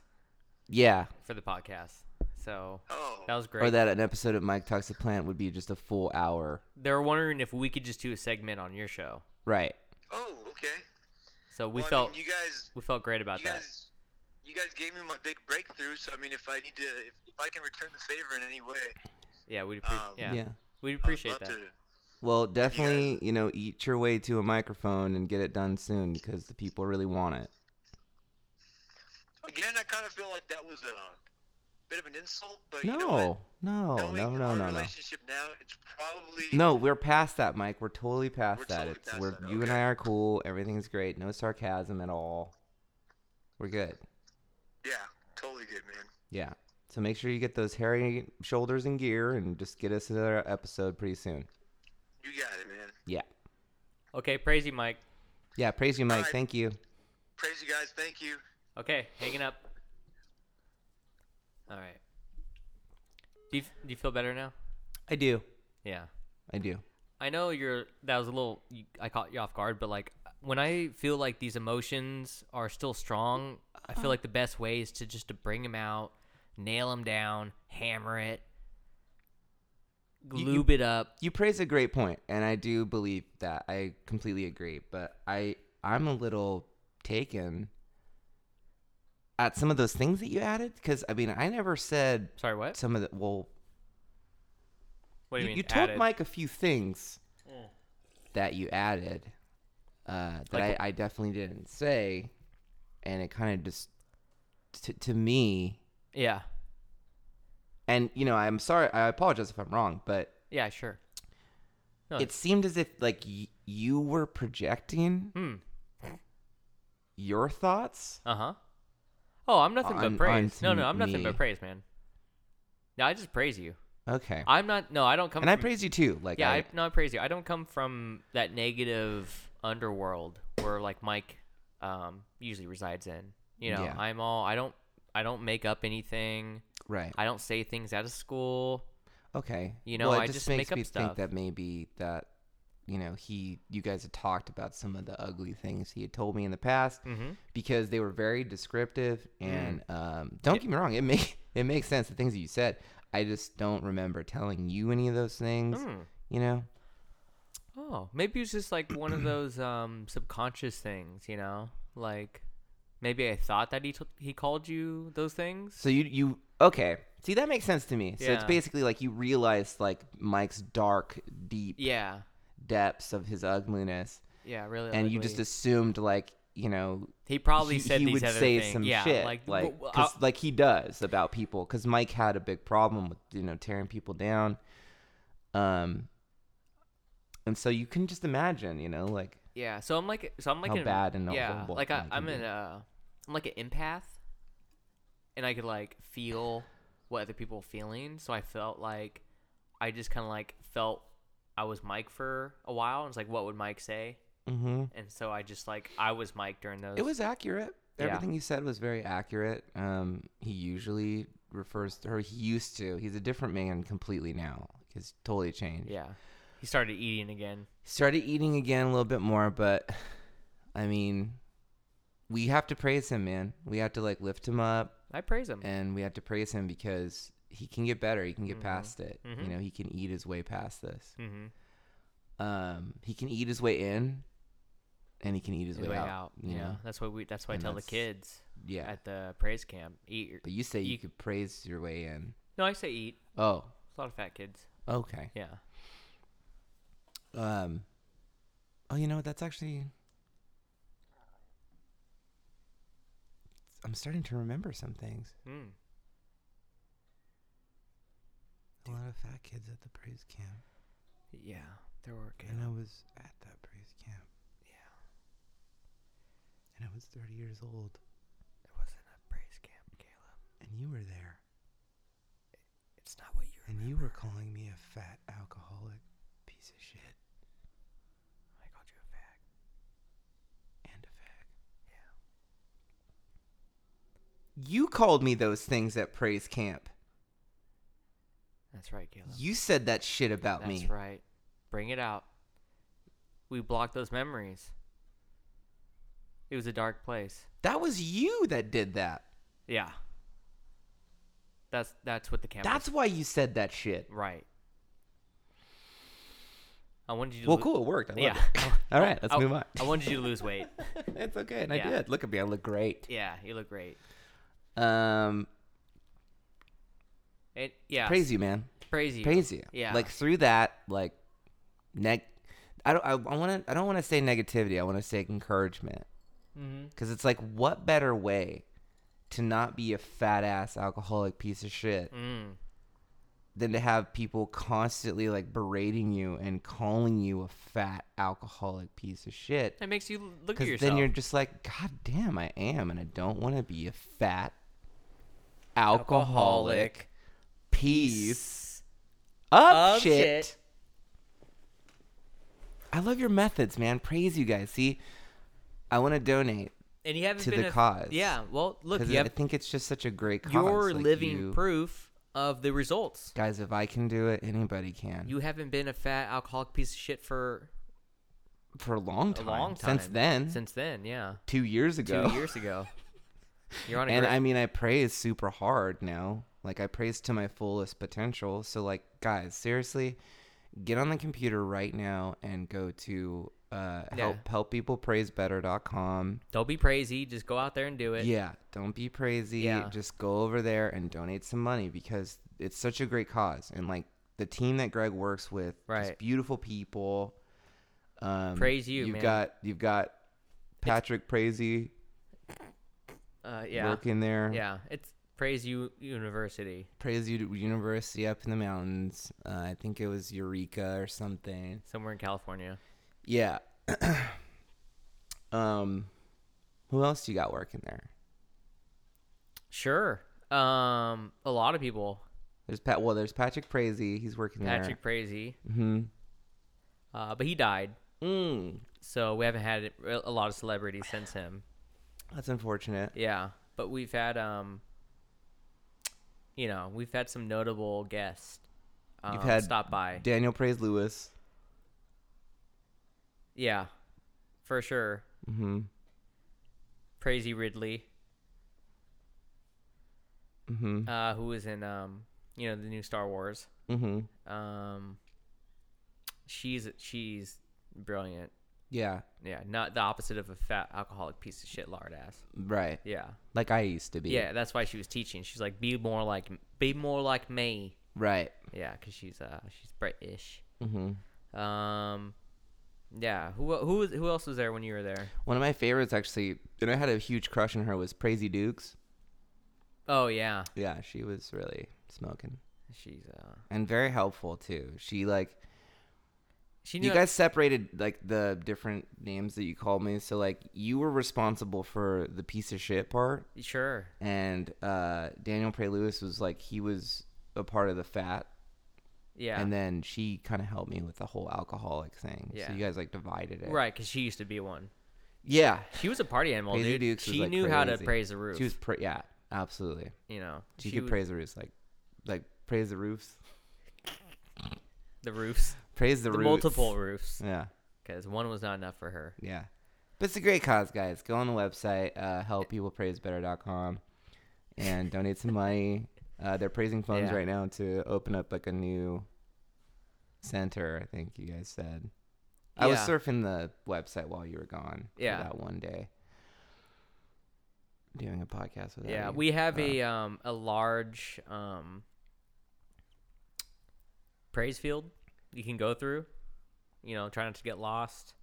Speaker 2: Yeah,
Speaker 1: for the podcast. So
Speaker 3: Oh,
Speaker 1: that was great.
Speaker 2: Or that an episode of Mike Talks the Plant would be just a full hour.
Speaker 1: They were wondering if we could just do a segment on your show.
Speaker 2: Right.
Speaker 3: oh, okay.
Speaker 1: So we
Speaker 3: Well, I
Speaker 1: felt
Speaker 3: mean, you guys
Speaker 1: we felt great about
Speaker 3: you
Speaker 1: that.
Speaker 3: guys, you guys gave me my big breakthrough. So I mean, if I need to, if, if I can return the favor in any way,
Speaker 1: Yeah, we'd appre-
Speaker 3: um,
Speaker 1: yeah, we'd appreciate
Speaker 3: I'd
Speaker 1: that.
Speaker 3: love to.
Speaker 2: Well, definitely, you know, eat your way to a microphone and get it done soon because the people really want it.
Speaker 3: Again, I kind of feel like that was a bit of an insult, but you know
Speaker 2: No,
Speaker 3: what?
Speaker 1: Oh,
Speaker 2: no, no,
Speaker 3: Knowing
Speaker 2: no, no,
Speaker 3: our
Speaker 2: no, no.
Speaker 3: relationship now, it's probably
Speaker 2: No, we're past that, Mike. We're totally past
Speaker 3: We're
Speaker 2: that.
Speaker 3: totally
Speaker 2: it's
Speaker 3: past
Speaker 2: we're
Speaker 3: that,
Speaker 2: you and
Speaker 3: okay.
Speaker 2: I are cool. Everything's great. No sarcasm at all. We're good.
Speaker 3: yeah, totally good, man.
Speaker 2: Yeah. So make sure you get those hairy shoulders in gear and just get us another episode pretty soon.
Speaker 3: You got it, man.
Speaker 2: Yeah.
Speaker 1: Okay, praise you, Mike.
Speaker 2: Yeah. Praise you, Mike.
Speaker 3: Alright.
Speaker 2: Thank you.
Speaker 3: Praise you guys. Thank you.
Speaker 1: Okay, hanging up. All right. Do you, do you feel better now?
Speaker 2: I do.
Speaker 1: Yeah.
Speaker 2: I do.
Speaker 1: I know you're. That was a little. You, I caught you off guard, but like when I feel like these emotions are still strong, I feel like the best way is to just to bring them out, nail them down, hammer it,
Speaker 2: you-
Speaker 1: lube it up.
Speaker 2: You praise a great point, and I do believe that. I completely agree, but I I'm a little taken at some of those things that you added because I mean I never said
Speaker 1: Sorry, what?
Speaker 2: some of the well
Speaker 1: What do you, mean?
Speaker 2: told
Speaker 1: added?
Speaker 2: Mike a few things that you added uh, that
Speaker 1: Like
Speaker 2: I, I definitely didn't say, and it kind of just t- to me.
Speaker 1: Yeah.
Speaker 2: And you know, I'm sorry. I apologize if I'm wrong, but
Speaker 1: Yeah. Sure. No,
Speaker 2: it seemed as if like y- you were projecting
Speaker 1: Hmm.
Speaker 2: your thoughts.
Speaker 1: Uh huh. Oh, I'm nothing
Speaker 2: On-
Speaker 1: but praise.
Speaker 2: onto
Speaker 1: No, no, I'm nothing
Speaker 2: me.
Speaker 1: but praise, man. No, I just praise you.
Speaker 2: Okay,
Speaker 1: I'm not. No, I don't come.
Speaker 2: and I
Speaker 1: from-
Speaker 2: praise you too. Like
Speaker 1: Yeah,
Speaker 2: I,
Speaker 1: I, no, I praise you. I don't come from that negative underworld where like Mike um, usually resides in. You know,
Speaker 2: Yeah.
Speaker 1: I'm all I don't I don't make up anything.
Speaker 2: right.
Speaker 1: I don't say things out of school.
Speaker 2: Okay.
Speaker 1: You know,
Speaker 2: well, it
Speaker 1: I
Speaker 2: just,
Speaker 1: just make
Speaker 2: makes
Speaker 1: up
Speaker 2: me
Speaker 1: stuff.
Speaker 2: think that maybe that you know he you guys had talked about some of the ugly things he had told me in the past
Speaker 1: Mhm.
Speaker 2: because they were very descriptive and
Speaker 1: Mm.
Speaker 2: um, don't get me wrong it make it makes sense the things that you said i just don't remember telling you any of those things
Speaker 1: Mm.
Speaker 2: you know
Speaker 1: Oh, maybe it's just like one of those um, subconscious things. You know, like maybe I thought that he t- he called you those things.
Speaker 2: so you you okay see that makes sense to me so it's
Speaker 1: Yeah.
Speaker 2: basically like you realize like mike's dark deep
Speaker 1: Yeah,
Speaker 2: depths of his ugliness
Speaker 1: yeah, really.
Speaker 2: and you just
Speaker 1: ugly.
Speaker 2: assumed like you know
Speaker 1: he probably
Speaker 2: he,
Speaker 1: said
Speaker 2: he
Speaker 1: these
Speaker 2: would
Speaker 1: other
Speaker 2: say
Speaker 1: things.
Speaker 2: some
Speaker 1: yeah,
Speaker 2: shit,
Speaker 1: like
Speaker 2: like
Speaker 1: w-
Speaker 2: like,
Speaker 1: w- uh,
Speaker 2: 'cause,
Speaker 1: I'll-
Speaker 2: like he does about people. Because Mike had a big problem with you know tearing people down, um, and so you can just imagine, you know, like
Speaker 1: Yeah, so I'm like, so I'm like
Speaker 2: How
Speaker 1: an,
Speaker 2: bad and
Speaker 1: yeah,
Speaker 2: horrible
Speaker 1: like
Speaker 2: it
Speaker 1: I,
Speaker 2: can
Speaker 1: I'm
Speaker 2: be.
Speaker 1: an uh, I'm like an empath, and I could like feel what other people were feeling. So I felt like I just kind of like felt I was Mike for a while. and was like, what would Mike say?
Speaker 2: mm-hmm.
Speaker 1: And so I just like I was Mike during those.
Speaker 2: it was accurate.
Speaker 1: Yeah.
Speaker 2: Everything you said was very accurate. Um, he usually refers to, or he used to. He's a different man completely now. He's totally changed.
Speaker 1: yeah. He started eating again.
Speaker 2: started eating again a little bit more, but I mean, we have to praise him, man. We have to like lift him up.
Speaker 1: I praise him.
Speaker 2: and we have to praise him because he can get better. He can get
Speaker 1: Mhm.
Speaker 2: past it.
Speaker 1: Mhm.
Speaker 2: You know, he can eat his way past this.
Speaker 1: Mm-hmm.
Speaker 2: Um, he can eat his way in, and he can eat his, way, out. You
Speaker 1: yeah.
Speaker 2: know,
Speaker 1: that's what we. That's what I
Speaker 2: And
Speaker 1: tell the
Speaker 2: that's-
Speaker 1: kids
Speaker 2: yeah.
Speaker 1: at the praise camp. Eat. Your,
Speaker 2: but you say you
Speaker 1: you-
Speaker 2: could praise your way in.
Speaker 1: no, I say eat.
Speaker 2: Oh,
Speaker 1: It's a lot of fat kids.
Speaker 2: okay.
Speaker 1: Yeah.
Speaker 2: Um, oh, you know what? That's actually. I'm starting to remember some things.
Speaker 1: Mm.
Speaker 2: A lot of fat kids at the praise camp,
Speaker 1: Yeah. There were kids.
Speaker 2: and I was at that praise camp,
Speaker 1: Yeah.
Speaker 2: and I was 30 years old.
Speaker 1: It wasn't a praise camp, Caleb.
Speaker 2: and you were there,
Speaker 1: It's not what you're.
Speaker 2: and you were calling me a fat alcoholic piece of shit
Speaker 1: I called you a fag.
Speaker 2: and a
Speaker 1: Yeah.
Speaker 2: fag. You called me those things at praise camp.
Speaker 1: That's right, Caleb.
Speaker 2: You said that shit about
Speaker 1: That's
Speaker 2: me.
Speaker 1: right. Bring it out. We blocked those memories. It was a dark place.
Speaker 2: That was you that did that.
Speaker 1: Yeah. That's that's what the camera.
Speaker 2: That's why you said that shit.
Speaker 1: right. I wanted you. To
Speaker 2: Well,
Speaker 1: lo-
Speaker 2: cool. It worked. I love
Speaker 1: Yeah.
Speaker 2: it. All right, let's
Speaker 1: I-
Speaker 2: move on.
Speaker 1: I wanted you to lose weight.
Speaker 2: it's okay, and I
Speaker 1: Yeah.
Speaker 2: did. Look at me. I look great.
Speaker 1: Yeah, you look great.
Speaker 2: Um,
Speaker 1: It yeah.
Speaker 2: praise you, man.
Speaker 1: Praise you.
Speaker 2: Praise you.
Speaker 1: Yeah.
Speaker 2: Like through that, like, neg. I don't. I want to. I don't want to say negativity. I want to say encouragement.
Speaker 1: Mhm.
Speaker 2: Because it's like, what better way to not be a fat ass alcoholic piece of shit
Speaker 1: Mm.
Speaker 2: than to have people constantly like berating you and calling you a fat alcoholic piece of shit?
Speaker 1: It makes you look at
Speaker 2: Because
Speaker 1: yourself.
Speaker 2: then you're just like, God damn, I am, and I don't want to be a fat alcoholic piece of,
Speaker 1: Of
Speaker 2: shit.
Speaker 1: shit.
Speaker 2: I love your methods, man. Praise you guys. See, I want to donate
Speaker 1: and you haven't
Speaker 2: to
Speaker 1: been
Speaker 2: the
Speaker 1: a-
Speaker 2: cause.
Speaker 1: Yeah. Well, look,
Speaker 2: because
Speaker 1: you
Speaker 2: I
Speaker 1: have,
Speaker 2: think it's just such a great cause.
Speaker 1: you're
Speaker 2: like,
Speaker 1: living
Speaker 2: you-
Speaker 1: proof of the results.
Speaker 2: Guys, if I can do it, anybody can.
Speaker 1: You haven't been a fat alcoholic piece of shit for
Speaker 2: for a long
Speaker 1: a
Speaker 2: time.
Speaker 1: long time.
Speaker 2: Since then,
Speaker 1: Since then, yeah.
Speaker 2: two years ago.
Speaker 1: Two years ago. You're on a
Speaker 2: and
Speaker 1: great-
Speaker 2: I mean, I praise super hard now. Like I praise to my fullest potential. So like, guys, seriously, get on the computer right now and go to uh,
Speaker 1: Yeah.
Speaker 2: help helppeoplepraisebetter.com.
Speaker 1: don't be crazy. Just go out there and do it.
Speaker 2: Yeah, don't be crazy.
Speaker 1: Yeah.
Speaker 2: Just go over there and donate some money because it's such a great cause. And like the team that Greg works with, just
Speaker 1: Right.
Speaker 2: beautiful people. Um,
Speaker 1: Praise you,
Speaker 2: You've
Speaker 1: man.
Speaker 2: got you've got Patrick Praisey
Speaker 1: Uh, yeah.
Speaker 2: working there.
Speaker 1: Yeah. It's Praise U University.
Speaker 2: Praise you University up in the mountains. Uh, I think it was Eureka or something.
Speaker 1: Somewhere in California.
Speaker 2: Yeah. um, who else you got working there?
Speaker 1: Sure. Um, a lot of people.
Speaker 2: There's Pat. Well, there's Patrick Praisey. He's working
Speaker 1: Patrick Praisey.
Speaker 2: there. hmm
Speaker 1: Uh, but he died,
Speaker 2: Mm,
Speaker 1: so we haven't had a lot of celebrities since him.
Speaker 2: that's unfortunate.
Speaker 1: Yeah, but we've had um, you know, we've had some notable guests. Um,
Speaker 2: You've had
Speaker 1: stop by.
Speaker 2: Daniel Praise Lewis.
Speaker 1: yeah, for sure.
Speaker 2: Mm-hmm.
Speaker 1: Praisey Ridley,
Speaker 2: Mm-hmm.
Speaker 1: uh, who was in um, you know, the new Star Wars.
Speaker 2: Mm-hmm.
Speaker 1: Um, she's she's brilliant.
Speaker 2: Yeah.
Speaker 1: Yeah, not the opposite of a fat alcoholic piece of shit lard ass.
Speaker 2: Right.
Speaker 1: Yeah.
Speaker 2: Like I used to be.
Speaker 1: Yeah, that's why she was teaching. She's like, be more like, be more like me.
Speaker 2: Right.
Speaker 1: Yeah, because she's uh, she's British.
Speaker 2: Mm-hmm.
Speaker 1: Um, yeah. Who who was- who else was there when you were there?
Speaker 2: One of my favorites, actually, and I had a huge crush on her, was Praisey Dukes.
Speaker 1: Oh yeah,
Speaker 2: Yeah, she was really smoking.
Speaker 1: she's uh,
Speaker 2: and very helpful too. She like
Speaker 1: she
Speaker 2: you
Speaker 1: knew.
Speaker 2: guys separated like the different names that you called me, so like you were responsible for the piece of shit part,
Speaker 1: sure.
Speaker 2: and uh, Daniel Prey Lewis was like he was a part of the fat,
Speaker 1: Yeah.
Speaker 2: and then she kind of helped me with the whole alcoholic thing.
Speaker 1: Yeah.
Speaker 2: So you guys like divided it,
Speaker 1: Right, because she used to be one.
Speaker 2: Yeah,
Speaker 1: She was a party animal,
Speaker 2: Crazy
Speaker 1: dude.
Speaker 2: Dukes was,
Speaker 1: she
Speaker 2: like,
Speaker 1: knew how to
Speaker 2: crazy.
Speaker 1: praise the roof.
Speaker 2: she was pra- yeah, absolutely.
Speaker 1: you know,
Speaker 2: She, could
Speaker 1: would-
Speaker 2: praise the roofs like like praise the roofs,
Speaker 1: the roofs,
Speaker 2: praise the,
Speaker 1: the
Speaker 2: roofs,
Speaker 1: multiple roofs,
Speaker 2: yeah.
Speaker 1: because one was not enough for her.
Speaker 2: Yeah. But it's a great cause, guys. Go on the website, uh, helppeoplepraisebetter.com, and donate some money. Uh, they're praising funds
Speaker 1: Yeah.
Speaker 2: right now to open up like a new center, I think you guys said. I was
Speaker 1: Yeah.
Speaker 2: surfing the website while you were gone. for
Speaker 1: Yeah.
Speaker 2: that one day. Doing a podcast with
Speaker 1: Yeah,
Speaker 2: you.
Speaker 1: we have
Speaker 2: uh,
Speaker 1: a um a large um praise field you can go through. You know, try not to get lost.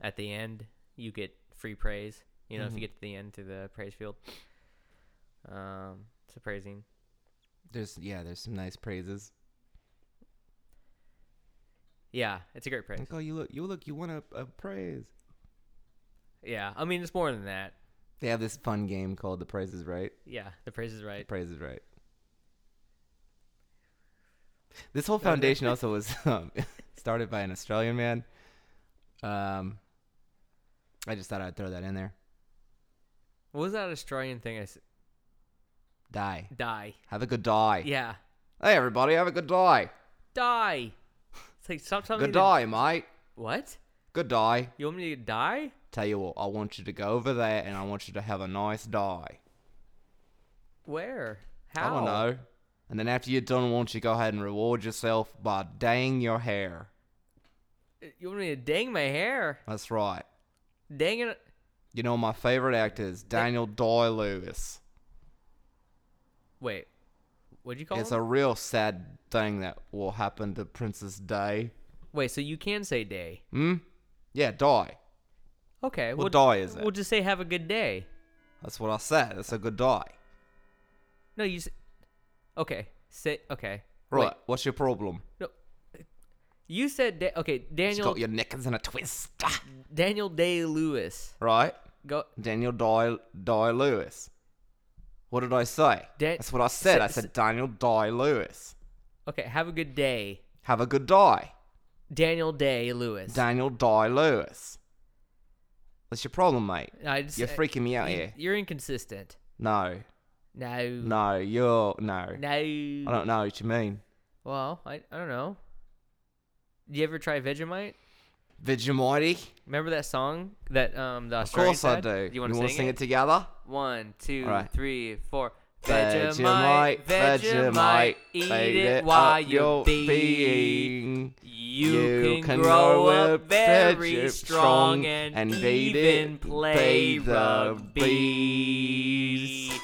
Speaker 1: At the end, you get free praise. You
Speaker 2: Mm-hmm.
Speaker 1: know, if you get to the end to the praise field, um, it's appraising.
Speaker 2: There's yeah, there's some nice praises.
Speaker 1: Yeah, it's a great praise.
Speaker 2: Like, oh, you look, you look, you won a, a praise.
Speaker 1: Yeah, I mean it's more than that.
Speaker 2: They have this fun game called The Price is Right.
Speaker 1: Yeah, the praise is right.
Speaker 2: Praise is right. This whole foundation also was um, started by an Australian man. Um, I just thought I'd throw that in there.
Speaker 1: What was that Australian thing? I s-
Speaker 2: Die.
Speaker 1: die.
Speaker 2: Have a good die.
Speaker 1: Yeah,
Speaker 2: Hey, everybody, have a good die.
Speaker 1: die. It's like stop telling
Speaker 2: Good
Speaker 1: me to-
Speaker 2: die, mate.
Speaker 1: What?
Speaker 2: Good die.
Speaker 1: You want me to die?
Speaker 2: Tell you what, I want you to go over there and I want you to have a nice die.
Speaker 1: Where? How?
Speaker 2: I don't know. And then after you're done, why don't you go ahead and reward yourself by dang your hair?
Speaker 1: Uh, You want me to dang my hair?
Speaker 2: That's right.
Speaker 1: Dang it.
Speaker 2: You know my favorite actor is Daniel Day Lewis.
Speaker 1: Wait. What'd you call
Speaker 2: it's
Speaker 1: him?
Speaker 2: a real sad thing that will happen to Princess Day.
Speaker 1: Wait, so you can say day.
Speaker 2: Hmm? Yeah, die.
Speaker 1: Okay.
Speaker 2: What
Speaker 1: we'll,
Speaker 2: day is it?
Speaker 1: We'll just say have a good day.
Speaker 2: That's what I said. It's a good die.
Speaker 1: No, you. s Okay. Say okay.
Speaker 2: Right.
Speaker 1: Wait,
Speaker 2: What's your problem?
Speaker 1: no. You said da- okay,
Speaker 2: It's
Speaker 1: Daniel
Speaker 2: got your knickers in a twist.
Speaker 1: Daniel Day Lewis.
Speaker 2: right?
Speaker 1: Go.
Speaker 2: Daniel Day Day Lewis. What did I say?
Speaker 1: Dan-
Speaker 2: That's what I said.
Speaker 1: sa-
Speaker 2: I said Daniel Day Lewis.
Speaker 1: Okay. Have a good day,
Speaker 2: Have a good die.
Speaker 1: Daniel Day Lewis.
Speaker 2: Daniel Day Lewis. What's your problem, mate?
Speaker 1: I just- uh,
Speaker 2: You're freaking me out
Speaker 1: you-
Speaker 2: here.
Speaker 1: You're inconsistent.
Speaker 2: No.
Speaker 1: No.
Speaker 2: No, you're no.
Speaker 1: No.
Speaker 2: I don't know what you mean.
Speaker 1: Well, I, I don't know. Do you ever try Vegemite?
Speaker 2: Vegemite?
Speaker 1: Remember that song that um the
Speaker 2: Of
Speaker 1: Australian
Speaker 2: course I
Speaker 1: had?
Speaker 2: do.
Speaker 1: You want to
Speaker 2: wanna
Speaker 1: sing, it?
Speaker 2: together?
Speaker 1: One, two,
Speaker 2: All right.
Speaker 1: three, four.
Speaker 2: Vegemite,
Speaker 1: Vegemite, Vegemite, eat it while
Speaker 2: up
Speaker 1: you're
Speaker 2: your
Speaker 1: being.
Speaker 2: being.
Speaker 1: You, can, grow up very
Speaker 2: vege-
Speaker 1: strong and,
Speaker 2: beat
Speaker 1: even
Speaker 2: it,
Speaker 1: play
Speaker 2: beat the
Speaker 1: rugby.
Speaker 2: bees.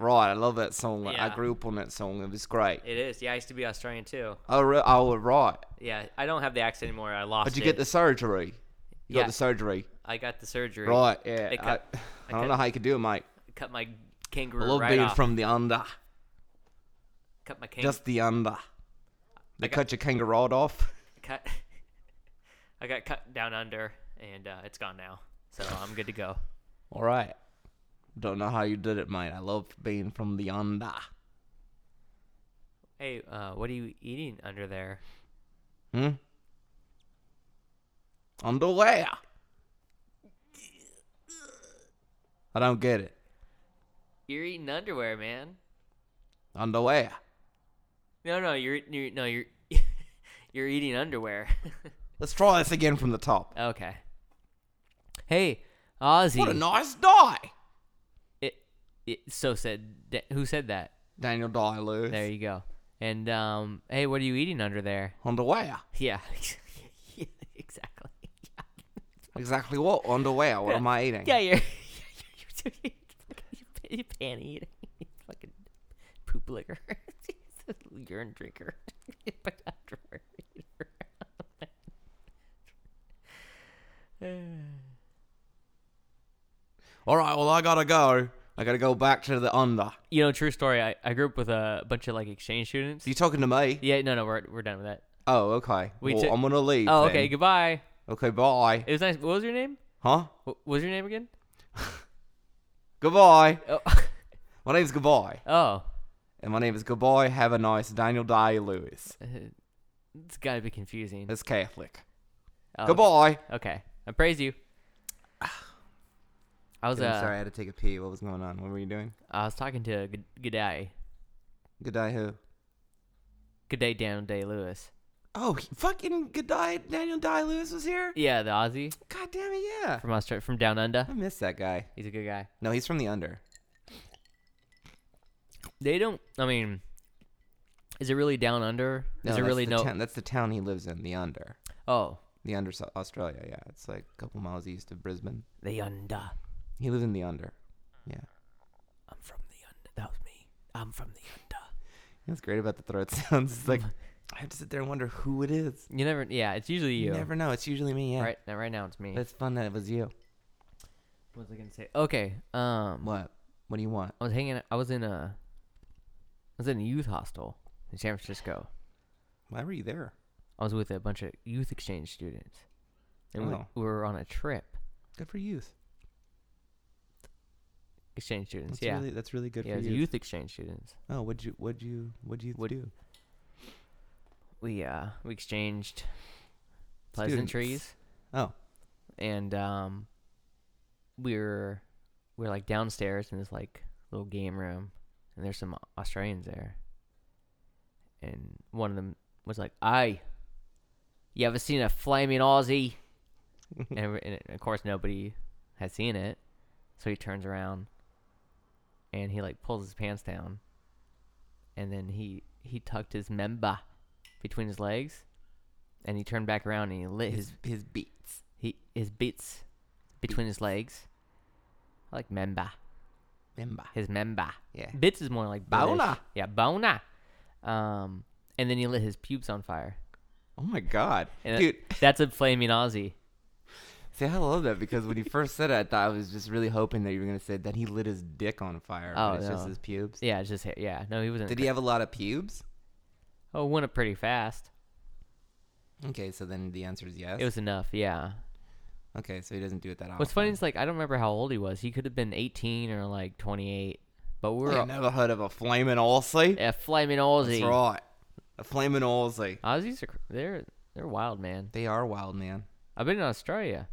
Speaker 2: Right, I love that song. I
Speaker 1: Yeah.
Speaker 2: grew up on that song. It was great.
Speaker 1: It is. Yeah, I used to be Australian too.
Speaker 2: Oh, re- oh right.
Speaker 1: Yeah, I don't have the accent anymore. I lost
Speaker 2: But you
Speaker 1: it.
Speaker 2: get the surgery. You
Speaker 1: Yeah.
Speaker 2: got the surgery.
Speaker 1: I got the surgery.
Speaker 2: Right, yeah.
Speaker 1: They cut-
Speaker 2: I,
Speaker 1: they
Speaker 2: I don't
Speaker 1: cut-
Speaker 2: know how you could do it, mate.
Speaker 1: Cut my
Speaker 2: I
Speaker 1: kangaroo
Speaker 2: love
Speaker 1: right
Speaker 2: being
Speaker 1: off.
Speaker 2: from the under.
Speaker 1: cut my kangaroo.
Speaker 2: Just the under. They
Speaker 1: got-
Speaker 2: cut your kangaroo off.
Speaker 1: cut. I got cut down under, and uh, it's gone now. So I'm good to go.
Speaker 2: All right. Don't know how you did it, mate. I love being from the under.
Speaker 1: Hey, uh, what are you eating under there?
Speaker 2: Hmm? Underwear. I don't get it.
Speaker 1: You're eating underwear, man.
Speaker 2: Underwear.
Speaker 1: No, no, you're, you're no, you're, you're eating underwear.
Speaker 2: Let's try this again from the top.
Speaker 1: okay. Hey, Ozzy.
Speaker 2: What a nice die.
Speaker 1: it, it, so said. Da- Who said that?
Speaker 2: Daniel Day Lewis.
Speaker 1: There you go. And um, hey, what are you eating under there?
Speaker 2: Underwear.
Speaker 1: Yeah, yeah exactly.
Speaker 2: Exactly what? Underwear. What am I eating?
Speaker 1: Yeah, you're, you're, you're, you're, you're pan eating. fucking poop licker. Urine drinker. but underwear eater.
Speaker 2: All right, well, I gotta go. I gotta go back to the under.
Speaker 1: you know, true story. I, I grew up with a bunch of like exchange students.
Speaker 2: You talking to me?
Speaker 1: Yeah, no, no, we're, we're done with that.
Speaker 2: Oh, okay.
Speaker 1: We
Speaker 2: well,
Speaker 1: took-
Speaker 2: I'm gonna leave.
Speaker 1: Oh,
Speaker 2: then.
Speaker 1: okay. Goodbye.
Speaker 2: Okay, bye.
Speaker 1: It was nice. What was your name?
Speaker 2: Huh?
Speaker 1: What was your name again?
Speaker 2: Goodbye.
Speaker 1: Oh,
Speaker 2: My name's Goodbye.
Speaker 1: oh.
Speaker 2: And my name is Goodbye. Have a nice Daniel Day Lewis.
Speaker 1: it's got to be confusing.
Speaker 2: That's Catholic.
Speaker 1: Oh,
Speaker 2: Goodbye.
Speaker 1: Okay, I praise you. I was
Speaker 2: I'm
Speaker 1: uh,
Speaker 2: sorry, I had to take a pee. What was going on? What were you doing?
Speaker 1: I was talking to Good- Good Day,
Speaker 2: Good day, who?
Speaker 1: Good Day Daniel Day Lewis.
Speaker 2: Oh, he- fucking good day. Daniel Day Lewis was here?
Speaker 1: Yeah, the Aussie
Speaker 2: God damn it, yeah.
Speaker 1: from Australia, from Down Under.
Speaker 2: I miss that guy.
Speaker 1: He's a good guy.
Speaker 2: No, he's from the under.
Speaker 1: They don't. I mean, is it really Down Under? Is it
Speaker 2: that's
Speaker 1: really
Speaker 2: the
Speaker 1: no?
Speaker 2: town- that's the town he lives in, the under.
Speaker 1: oh,
Speaker 2: The under Sau- Australia, yeah. It's like a couple miles east of Brisbane.
Speaker 1: the Under.
Speaker 2: He lives in the under. Yeah.
Speaker 1: I'm from the Under. That was me. I'm from the Under.
Speaker 2: That's great about the throat sounds. It's like I have to sit there and wonder who it is.
Speaker 1: You never. Yeah, it's usually you.
Speaker 2: You never know. It's usually me, yeah.
Speaker 1: Right now, right now it's me.
Speaker 2: But it's fun that it was you.
Speaker 1: what was I gonna say? Okay. Um.
Speaker 2: What? What do you want?
Speaker 1: I was hanging. I was in a. I was in a youth hostel in San Francisco.
Speaker 2: Why were you there?
Speaker 1: I was with a bunch of youth exchange students, and
Speaker 2: Oh.
Speaker 1: we, we were on a trip.
Speaker 2: Good for youth.
Speaker 1: Exchange students,
Speaker 2: That's
Speaker 1: yeah,
Speaker 2: really that's really good
Speaker 1: yeah, it
Speaker 2: for
Speaker 1: was
Speaker 2: youth.
Speaker 1: youth exchange students.
Speaker 2: Oh, what'd you what'd you what'd you
Speaker 1: What-
Speaker 2: do?
Speaker 1: We uh we exchanged
Speaker 2: Students.
Speaker 1: pleasantries,
Speaker 2: Oh.
Speaker 1: and um, we were we were like downstairs in this like little game room, and there's some Australians there, and one of them was like, "Aye, you ever seen a flaming Aussie?" and, every- and of course nobody had seen it, so he turns around, and he like pulls his pants down, and then he he tucked his memba between his legs, and he turned back around and he lit his
Speaker 2: his beats.
Speaker 1: he his beats between his legs. I like memba.
Speaker 2: Bimba.
Speaker 1: His memba.
Speaker 2: Yeah.
Speaker 1: Bits is more like British.
Speaker 2: Bona.
Speaker 1: Yeah, bona. Um, and then he lit his pubes on fire.
Speaker 2: Oh my god,
Speaker 1: And
Speaker 2: dude!
Speaker 1: that- that's a flaming Aussie.
Speaker 2: See, I love that because when you first said it, I thought I was just really hoping that you were gonna say that he lit his dick on fire. but
Speaker 1: Oh,
Speaker 2: it's just
Speaker 1: no.
Speaker 2: his pubes.
Speaker 1: Yeah, it's just hair. Yeah, no, he wasn't.
Speaker 2: Did he have a lot of pubes?
Speaker 1: Oh, it went up pretty fast.
Speaker 2: Okay, so then the answer is yes.
Speaker 1: It was enough. Yeah.
Speaker 2: okay, so he doesn't do it that often.
Speaker 1: What's funny is like I don't remember how old he was. He could have been 18 or like 28, but we
Speaker 2: I
Speaker 1: we're
Speaker 2: never heard of a flaming Aussie.
Speaker 1: a flaming Aussie.
Speaker 2: That's right, a flaming Aussie.
Speaker 1: Aussies are cr- they're they're wild, man.
Speaker 2: They are wild, man.
Speaker 1: I've been in Australia.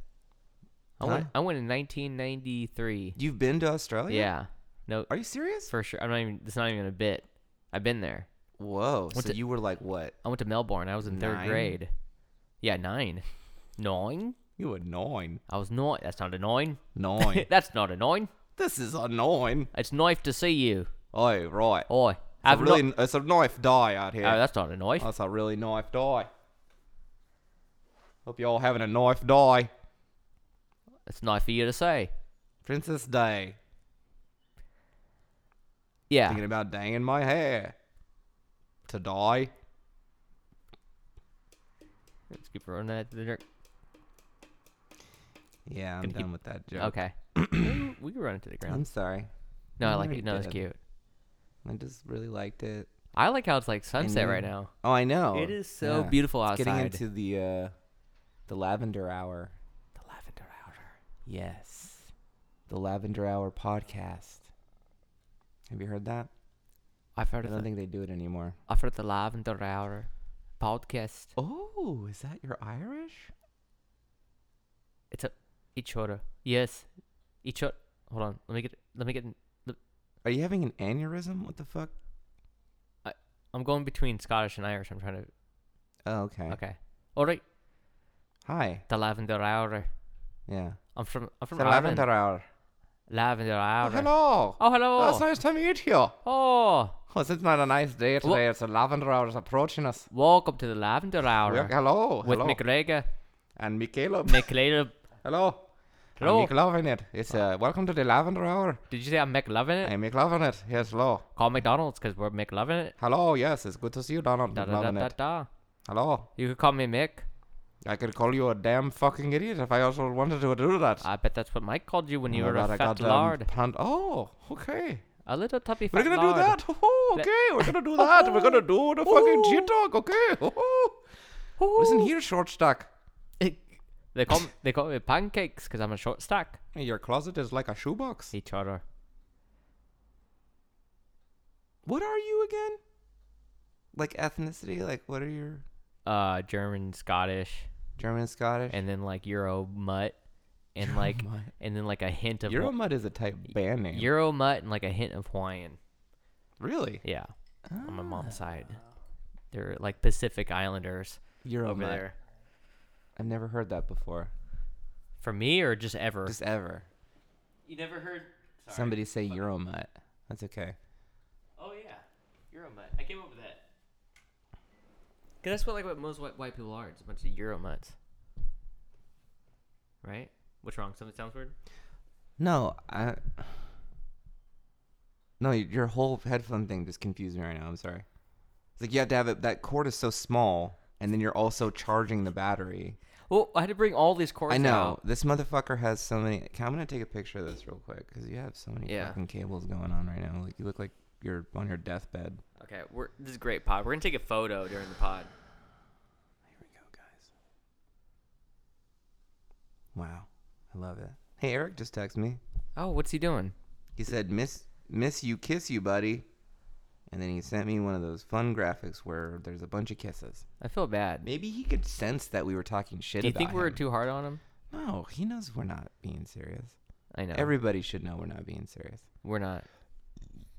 Speaker 1: I went
Speaker 2: Huh? Oh,
Speaker 1: I went in 1993.
Speaker 2: You've been to Australia?
Speaker 1: Yeah. No,
Speaker 2: Are you serious?
Speaker 1: for sure. I'm not even. It's not even a bit. I've been there.
Speaker 2: Whoa. so
Speaker 1: the-
Speaker 2: you were like what?
Speaker 1: I went to Melbourne. I was in third
Speaker 2: Nine?
Speaker 1: grade. Yeah, nine. Nine.
Speaker 2: You were nine.
Speaker 1: I was nine. That's not a nine.
Speaker 2: Nine.
Speaker 1: That's not a nine.
Speaker 2: this is a nine.
Speaker 1: It's knife to see you.
Speaker 2: Oh, right.
Speaker 1: Oi.
Speaker 2: It's
Speaker 1: I've
Speaker 2: a,
Speaker 1: not-
Speaker 2: really, it's a knife die out here.
Speaker 1: Oh, that's not a knife.
Speaker 2: That's a really knife die. Hope you all having a knife die.
Speaker 1: It's not for you to say.
Speaker 2: Princess Day.
Speaker 1: Yeah.
Speaker 2: Thinking about dyeing my hair. To die.
Speaker 1: Let's keep running that. to the dirt.
Speaker 2: Yeah, I'm
Speaker 1: Gonna keep-
Speaker 2: done with that joke.
Speaker 1: Okay. Ooh, we can run into the
Speaker 2: I'm
Speaker 1: ground.
Speaker 2: sorry.
Speaker 1: No, I
Speaker 2: I'm
Speaker 1: like
Speaker 2: already
Speaker 1: it. No, it's
Speaker 2: dead.
Speaker 1: cute.
Speaker 2: I just really liked it.
Speaker 1: I like how it's like sunset
Speaker 2: you-
Speaker 1: right now.
Speaker 2: Oh, I know.
Speaker 1: It is so beautiful
Speaker 2: It's
Speaker 1: outside.
Speaker 2: Getting into the uh, the lavender hour.
Speaker 1: The lavender outer.
Speaker 2: Yes. The Lavender Hour podcast. Have you heard that?
Speaker 1: I've heard
Speaker 2: I
Speaker 1: of
Speaker 2: don't
Speaker 1: the,
Speaker 2: think they do it anymore.
Speaker 1: I've heard the lavender hour podcast.
Speaker 2: Oh, is that your Irish?
Speaker 1: It's a each other. Yes, each other. Hold on. Let me get. Let me get.
Speaker 2: Are you having an aneurysm? What the fuck?
Speaker 1: I'm going between Scottish and Irish. I'm trying to.
Speaker 2: Oh, okay.
Speaker 1: Okay. All right.
Speaker 2: Hi.
Speaker 1: The lavender hour.
Speaker 2: Yeah.
Speaker 1: I'm from. I'm from
Speaker 2: The
Speaker 1: Ireland.
Speaker 2: Lavender Hour.
Speaker 1: Lavender hour.
Speaker 2: Oh, hello.
Speaker 1: Oh hello.
Speaker 2: Oh, it's nice to meet you.
Speaker 1: Oh,
Speaker 2: Oh, it's not a nice day today. It's the Lavender Hour is approaching us.
Speaker 1: welcome to the lavender hour.
Speaker 2: Look, hello.
Speaker 1: with
Speaker 2: hello.
Speaker 1: McGregor,
Speaker 2: and McCaleb.
Speaker 1: McLeod.
Speaker 2: hello.
Speaker 1: Hello.
Speaker 2: I'm McLovin it. It's uh, welcome to the Lavender Hour.
Speaker 1: Did you say I'm McLovin it?
Speaker 2: I'm McLovin it. Yes, hello.
Speaker 1: Call McDonald's because we're McLovin it.
Speaker 2: Hello, yes, it's good to see you, Donald.
Speaker 1: Da, da, da,
Speaker 2: McLovin
Speaker 1: da,
Speaker 2: it.
Speaker 1: da.
Speaker 2: Hello.
Speaker 1: You could call me Mick.
Speaker 2: I could call you a damn fucking idiot if I also wanted to do that.
Speaker 1: I bet that's what Mike called you when you
Speaker 2: Oh,
Speaker 1: were Ah, a
Speaker 2: that I
Speaker 1: fat
Speaker 2: goddamn
Speaker 1: lard.
Speaker 2: pant- oh, okay.
Speaker 1: A little tubby
Speaker 2: We're
Speaker 1: fat
Speaker 2: gonna
Speaker 1: lard.
Speaker 2: do that. Oh,
Speaker 1: Le-
Speaker 2: okay, we're gonna do that. we're gonna do the fucking
Speaker 1: Oh.
Speaker 2: shit talk. Okay. Oh. Listen here, short stack.
Speaker 1: here. they call me, they call me pancakes because I'm a short stack.
Speaker 2: Your closet is like a shoebox.
Speaker 1: Each other.
Speaker 2: What are you again? Like ethnicity? Like what are your
Speaker 1: Uh, German, Scottish,
Speaker 2: German and Scottish?
Speaker 1: and then like Euro mutt, and like
Speaker 2: Euromut.
Speaker 1: and then like a hint of
Speaker 2: Euro mud is a type band name.
Speaker 1: Euro mutt and like a hint of Hawaiian.
Speaker 2: really?
Speaker 1: Yeah, on my mom's side, they're like Pacific Islanders
Speaker 2: Euro
Speaker 1: over
Speaker 2: mud.
Speaker 1: there.
Speaker 2: I've never heard that before.
Speaker 1: For me or just ever?
Speaker 2: Just ever.
Speaker 1: you never heard? Sorry.
Speaker 2: Somebody say Euro mud. That's okay.
Speaker 1: Oh yeah, Euro mutt. I came up with that. Cause that's what like what most white, white people are. It's a bunch of Euro mutts. Right? What's wrong? Something sounds weird.
Speaker 2: No, I. No, y- your whole headphone thing just confused me right now. I'm sorry. It's like you have to have it. That cord is so small, and then you're also charging the battery.
Speaker 1: Well, I had to bring all these cords.
Speaker 2: I know
Speaker 1: out.
Speaker 2: this motherfucker has so many. okay, I'm gonna take a picture of this real quick because you have so many
Speaker 1: Yeah.
Speaker 2: fucking cables going on right now. Like you look like you're on your deathbed.
Speaker 1: Okay, we're this is a great pod. We're gonna take a photo during the pod.
Speaker 2: Here we go, guys. Wow, I love it. Hey, Eric just texted me.
Speaker 1: Oh, what's he doing?
Speaker 2: He said, "Miss, miss you, kiss you, buddy," and then he sent me one of those fun graphics where there's a bunch of kisses.
Speaker 1: I feel bad.
Speaker 2: Maybe he could sense that we were talking shit.
Speaker 1: Do you think
Speaker 2: about
Speaker 1: we're
Speaker 2: him.
Speaker 1: too hard on him?
Speaker 2: No, he knows we're not being serious.
Speaker 1: I know.
Speaker 2: Everybody should know we're not being serious.
Speaker 1: we're not.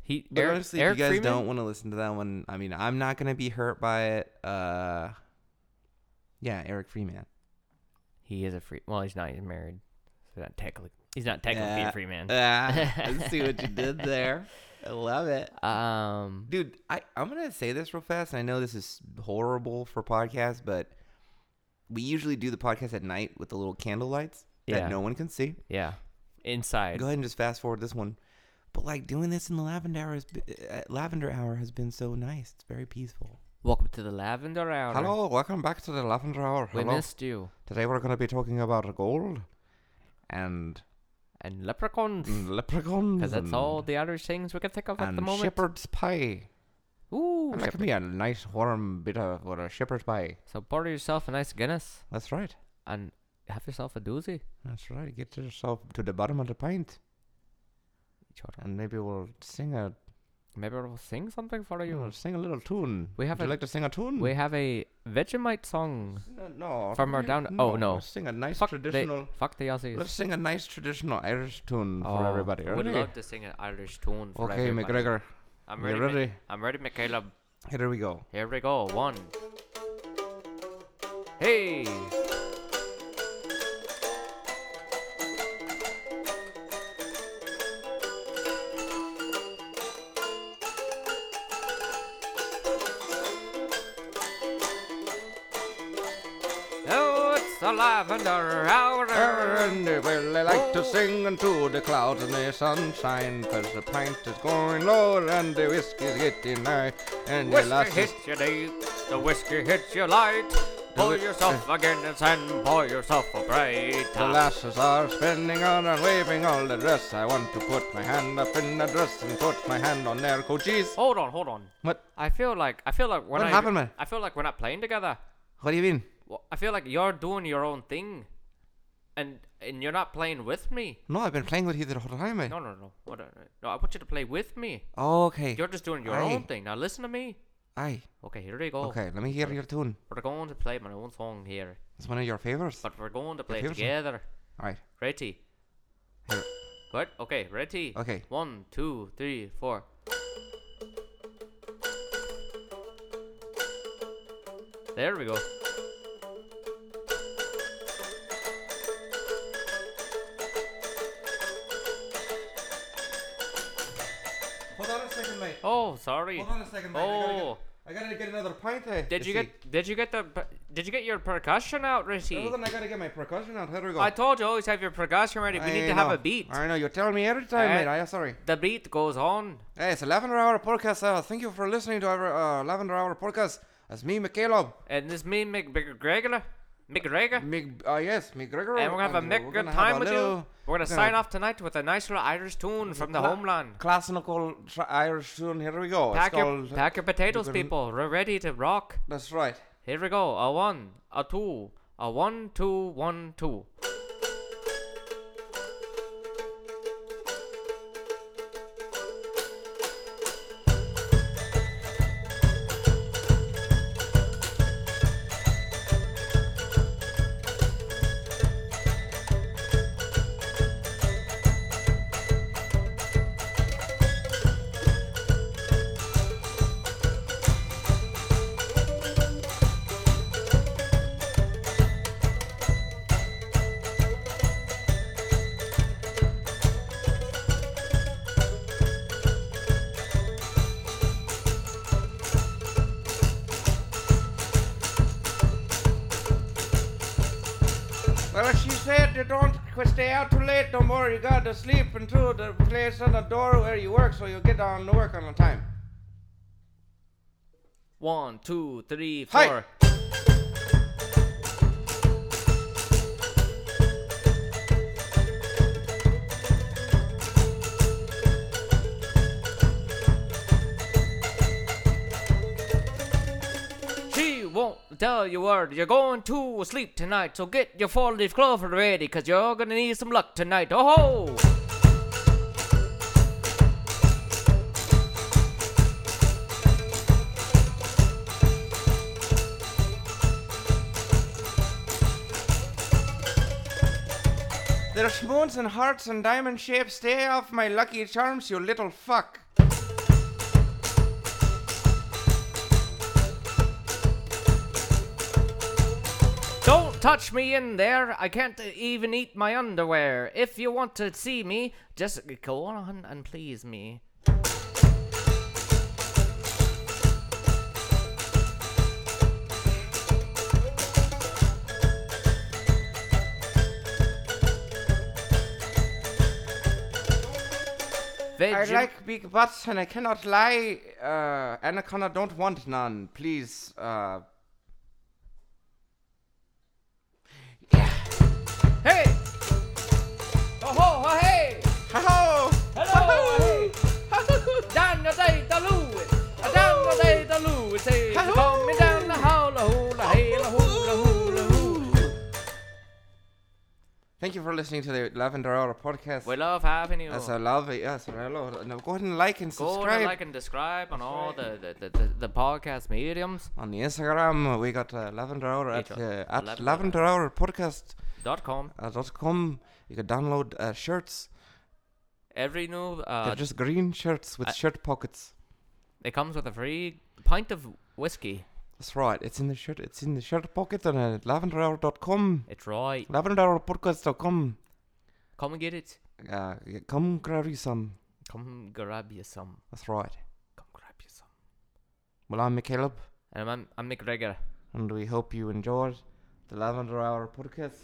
Speaker 1: He
Speaker 2: But
Speaker 1: Eric,
Speaker 2: honestly,
Speaker 1: Eric
Speaker 2: if you guys
Speaker 1: Freeman?
Speaker 2: don't want to listen to that one, I mean, I'm not gonna be hurt by it. Uh, yeah, Eric Freeman.
Speaker 1: He is a free. Well, he's not. He's married. So he's not technically. He's not technically
Speaker 2: Yeah.
Speaker 1: a free man.
Speaker 2: Ah, I see what you did there. I love it.
Speaker 1: Um,
Speaker 2: Dude, I, I'm going to say this real fast, and I know this is horrible for podcasts, but we usually do the podcast at night with the little candle lights
Speaker 1: Yeah.
Speaker 2: that no one can see.
Speaker 1: yeah, inside.
Speaker 2: Go ahead and just fast forward this one. But like doing this in the lavender hour, is, uh, lavender hour has been so nice. It's very peaceful.
Speaker 1: Welcome to the Lavender Hour.
Speaker 2: Hello, welcome back to the lavender hour.
Speaker 1: we
Speaker 2: Hello.
Speaker 1: missed you.
Speaker 2: Today we're going to be talking about gold and
Speaker 1: And leprechauns,
Speaker 2: leprechauns.
Speaker 1: because that's
Speaker 2: and-
Speaker 1: all the Irish things we can think of at
Speaker 2: Mm. And
Speaker 1: the moment.
Speaker 2: shepherd's pie.
Speaker 1: Ooh,
Speaker 2: That
Speaker 1: shepherd.
Speaker 2: could be a nice warm bit of what a shepherd's pie.
Speaker 1: so borrow yourself a nice Guinness
Speaker 2: That's right.
Speaker 1: and have yourself a doozy.
Speaker 2: That's right. Get yourself to the bottom of the pint,
Speaker 1: Jordan.
Speaker 2: and maybe we'll sing a
Speaker 1: Maybe we'll sing something for you.
Speaker 2: we'll sing a little tune.
Speaker 1: We have
Speaker 2: Would
Speaker 1: a-
Speaker 2: you like to sing a tune?
Speaker 1: We have a Vegemite song.
Speaker 2: no, no
Speaker 1: from our
Speaker 2: really,
Speaker 1: down- oh, no.
Speaker 2: Let's sing a nice
Speaker 1: Fuck
Speaker 2: traditional.
Speaker 1: The, fuck the Aussies.
Speaker 2: Let's sing a nice traditional Irish tune
Speaker 1: Oh,
Speaker 2: for everybody.
Speaker 1: I would
Speaker 2: okay?
Speaker 1: love to sing an Irish tune for
Speaker 2: okay,
Speaker 1: everybody.
Speaker 2: McGregor,
Speaker 1: I'm
Speaker 2: you
Speaker 1: ready.
Speaker 2: ready?
Speaker 1: Ma- I'm ready, McCaleb.
Speaker 2: here we go.
Speaker 1: Here we go. One. Hey. Oh, it's the lavender hour.
Speaker 2: And well, I like
Speaker 1: Oh.
Speaker 2: to sing into the clouds and the sunshine, cause the pint is going low and the whiskey's getting high, and the
Speaker 1: Whiskey
Speaker 2: lass is
Speaker 1: hits you deep, the whiskey hits you light. Pour
Speaker 2: it-
Speaker 1: yourself a Guinness and pour yourself a bright.
Speaker 2: eh. The lasses are spinning on and waving all the dress. I want to put my hand up in the dress and put my hand on their coaches.
Speaker 1: Hold on, hold on.
Speaker 2: Oh, What?
Speaker 1: I feel like I feel like when
Speaker 2: What
Speaker 1: I,
Speaker 2: happened, man?
Speaker 1: I feel like we're not playing together.
Speaker 2: What do you mean?
Speaker 1: Wh- I feel like you're doing your own thing, and and you're not playing with me.
Speaker 2: No, I've been playing with you the whole time. eh?
Speaker 1: No, no, no. What? a- No, I want you to play with me.
Speaker 2: Oh, okay.
Speaker 1: You're just doing your
Speaker 2: Aye.
Speaker 1: own thing. Now listen to me.
Speaker 2: Aye.
Speaker 1: Okay, here we go.
Speaker 2: Okay, let me hear your tune.
Speaker 1: We're going to play my own song here,
Speaker 2: It's one of your favorites.
Speaker 1: but we're going to play
Speaker 2: favorite song?
Speaker 1: together.
Speaker 2: All right.
Speaker 1: Ready?
Speaker 2: Here.
Speaker 1: What? Okay, ready?
Speaker 2: Okay.
Speaker 1: One, two, three, four. There we go.
Speaker 2: Hold on a second, mate.
Speaker 1: Oh, sorry. Oh,
Speaker 2: I gotta get another pint. eh?
Speaker 1: did you get did you get the per- did you get your percussion out, Richie?
Speaker 2: I gotta get my percussion out. Here we go.
Speaker 1: I told you always have your percussion ready. We need to have a beat.
Speaker 2: I know. You're telling me every time,
Speaker 1: Eh?
Speaker 2: mate. I am sorry.
Speaker 1: The beat goes on.
Speaker 2: Hey, it's a Lavender Hour podcast. Uh, thank you for listening to our uh, Lavender Hour podcast. That's me, McCaleb.
Speaker 1: And this me McGregor, McGregor,
Speaker 2: Mc, uh, yes, McGregor.
Speaker 1: and we're gonna have a
Speaker 2: uh,
Speaker 1: Mick good
Speaker 2: gonna have
Speaker 1: time
Speaker 2: a
Speaker 1: with
Speaker 2: little-
Speaker 1: you. We're gonna sign off tonight with a nice little Irish tune from the
Speaker 2: cla-
Speaker 1: homeland.
Speaker 2: Classical tr- Irish tune. Here we go. It's
Speaker 1: Pack your,
Speaker 2: called-
Speaker 1: pack your potatoes,
Speaker 2: can-
Speaker 1: people. We're ready to rock.
Speaker 2: That's right.
Speaker 1: Here we go. A one, a two, a one, two, one, two.
Speaker 2: Well, she said you don't qu- stay out too late no more. You got to sleep into the place on the door where you work so you get on to work on the time.
Speaker 1: One, two, three,
Speaker 2: Hi.
Speaker 1: four. She won't tell you word. You're going to sleep tonight, so get your four leaf clover ready, cause you're gonna need some luck tonight. Oh ho!
Speaker 2: There's moons and hearts and diamond shapes. Stay off my lucky charms, you little fuck.
Speaker 1: Don't touch me in there. I can't even eat my underwear. If you want to see me, just go on and please me. Veg-
Speaker 2: I like big butts and I cannot lie. Uh, Anaconda don't want none. Please. Uh...
Speaker 1: Hey! Oh ho, oh, hey!
Speaker 2: Hello!
Speaker 1: Hello! hey! Down the day the loo! uh, Down the day the loo! It's a
Speaker 2: Hello!
Speaker 1: come me down the hula hula hey la hula hula hoo.
Speaker 2: Thank you for listening to the Lavender Hour podcast.
Speaker 1: We love having you.
Speaker 2: As I love it, yes, hello. Now go ahead and like and
Speaker 1: Go
Speaker 2: subscribe.
Speaker 1: and like and describe on all the, the, the, the, the podcast mediums
Speaker 2: On the Instagram, we got uh, Lavender Hour at,
Speaker 1: Patreon.
Speaker 2: uh, at
Speaker 1: Lavender
Speaker 2: Lavender Hour Podcast
Speaker 1: dot com.
Speaker 2: uh, dot com. You can download uh, shirts.
Speaker 1: Every new
Speaker 2: They're
Speaker 1: uh,
Speaker 2: just green shirts with
Speaker 1: I-
Speaker 2: shirt pockets.
Speaker 1: it comes with a free pint of whiskey.
Speaker 2: That's right. It's in the shirt. It's in the shirt pocket on uh, lavenderhour.com.
Speaker 1: It's right.
Speaker 2: Lavenderhourpodcast.com.
Speaker 1: Come and get it.
Speaker 2: Uh, yeah, come grab you some.
Speaker 1: Come grab you some.
Speaker 2: That's right.
Speaker 1: Come grab you some.
Speaker 2: Well, I'm Caleb,
Speaker 1: And I'm I'm McGregor.
Speaker 2: and we hope you enjoyed the Lavender Hour podcast.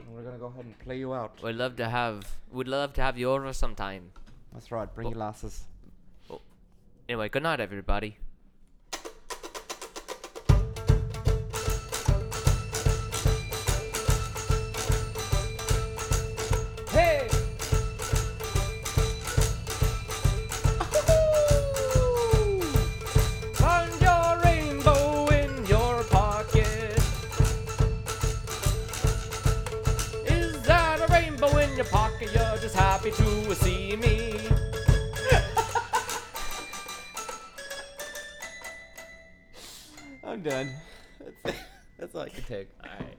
Speaker 2: And we're gonna go ahead and play you out.
Speaker 1: We'd love to have we'd love to have you over sometime.
Speaker 2: That's right. Bring your glasses.
Speaker 1: Anyway, good night everybody.
Speaker 2: Hey!
Speaker 1: Find your rainbow in your pocket. Is that a rainbow in your pocket? You're just happy to see me.
Speaker 2: I'm done. That's, that's all I can take.
Speaker 1: Alright.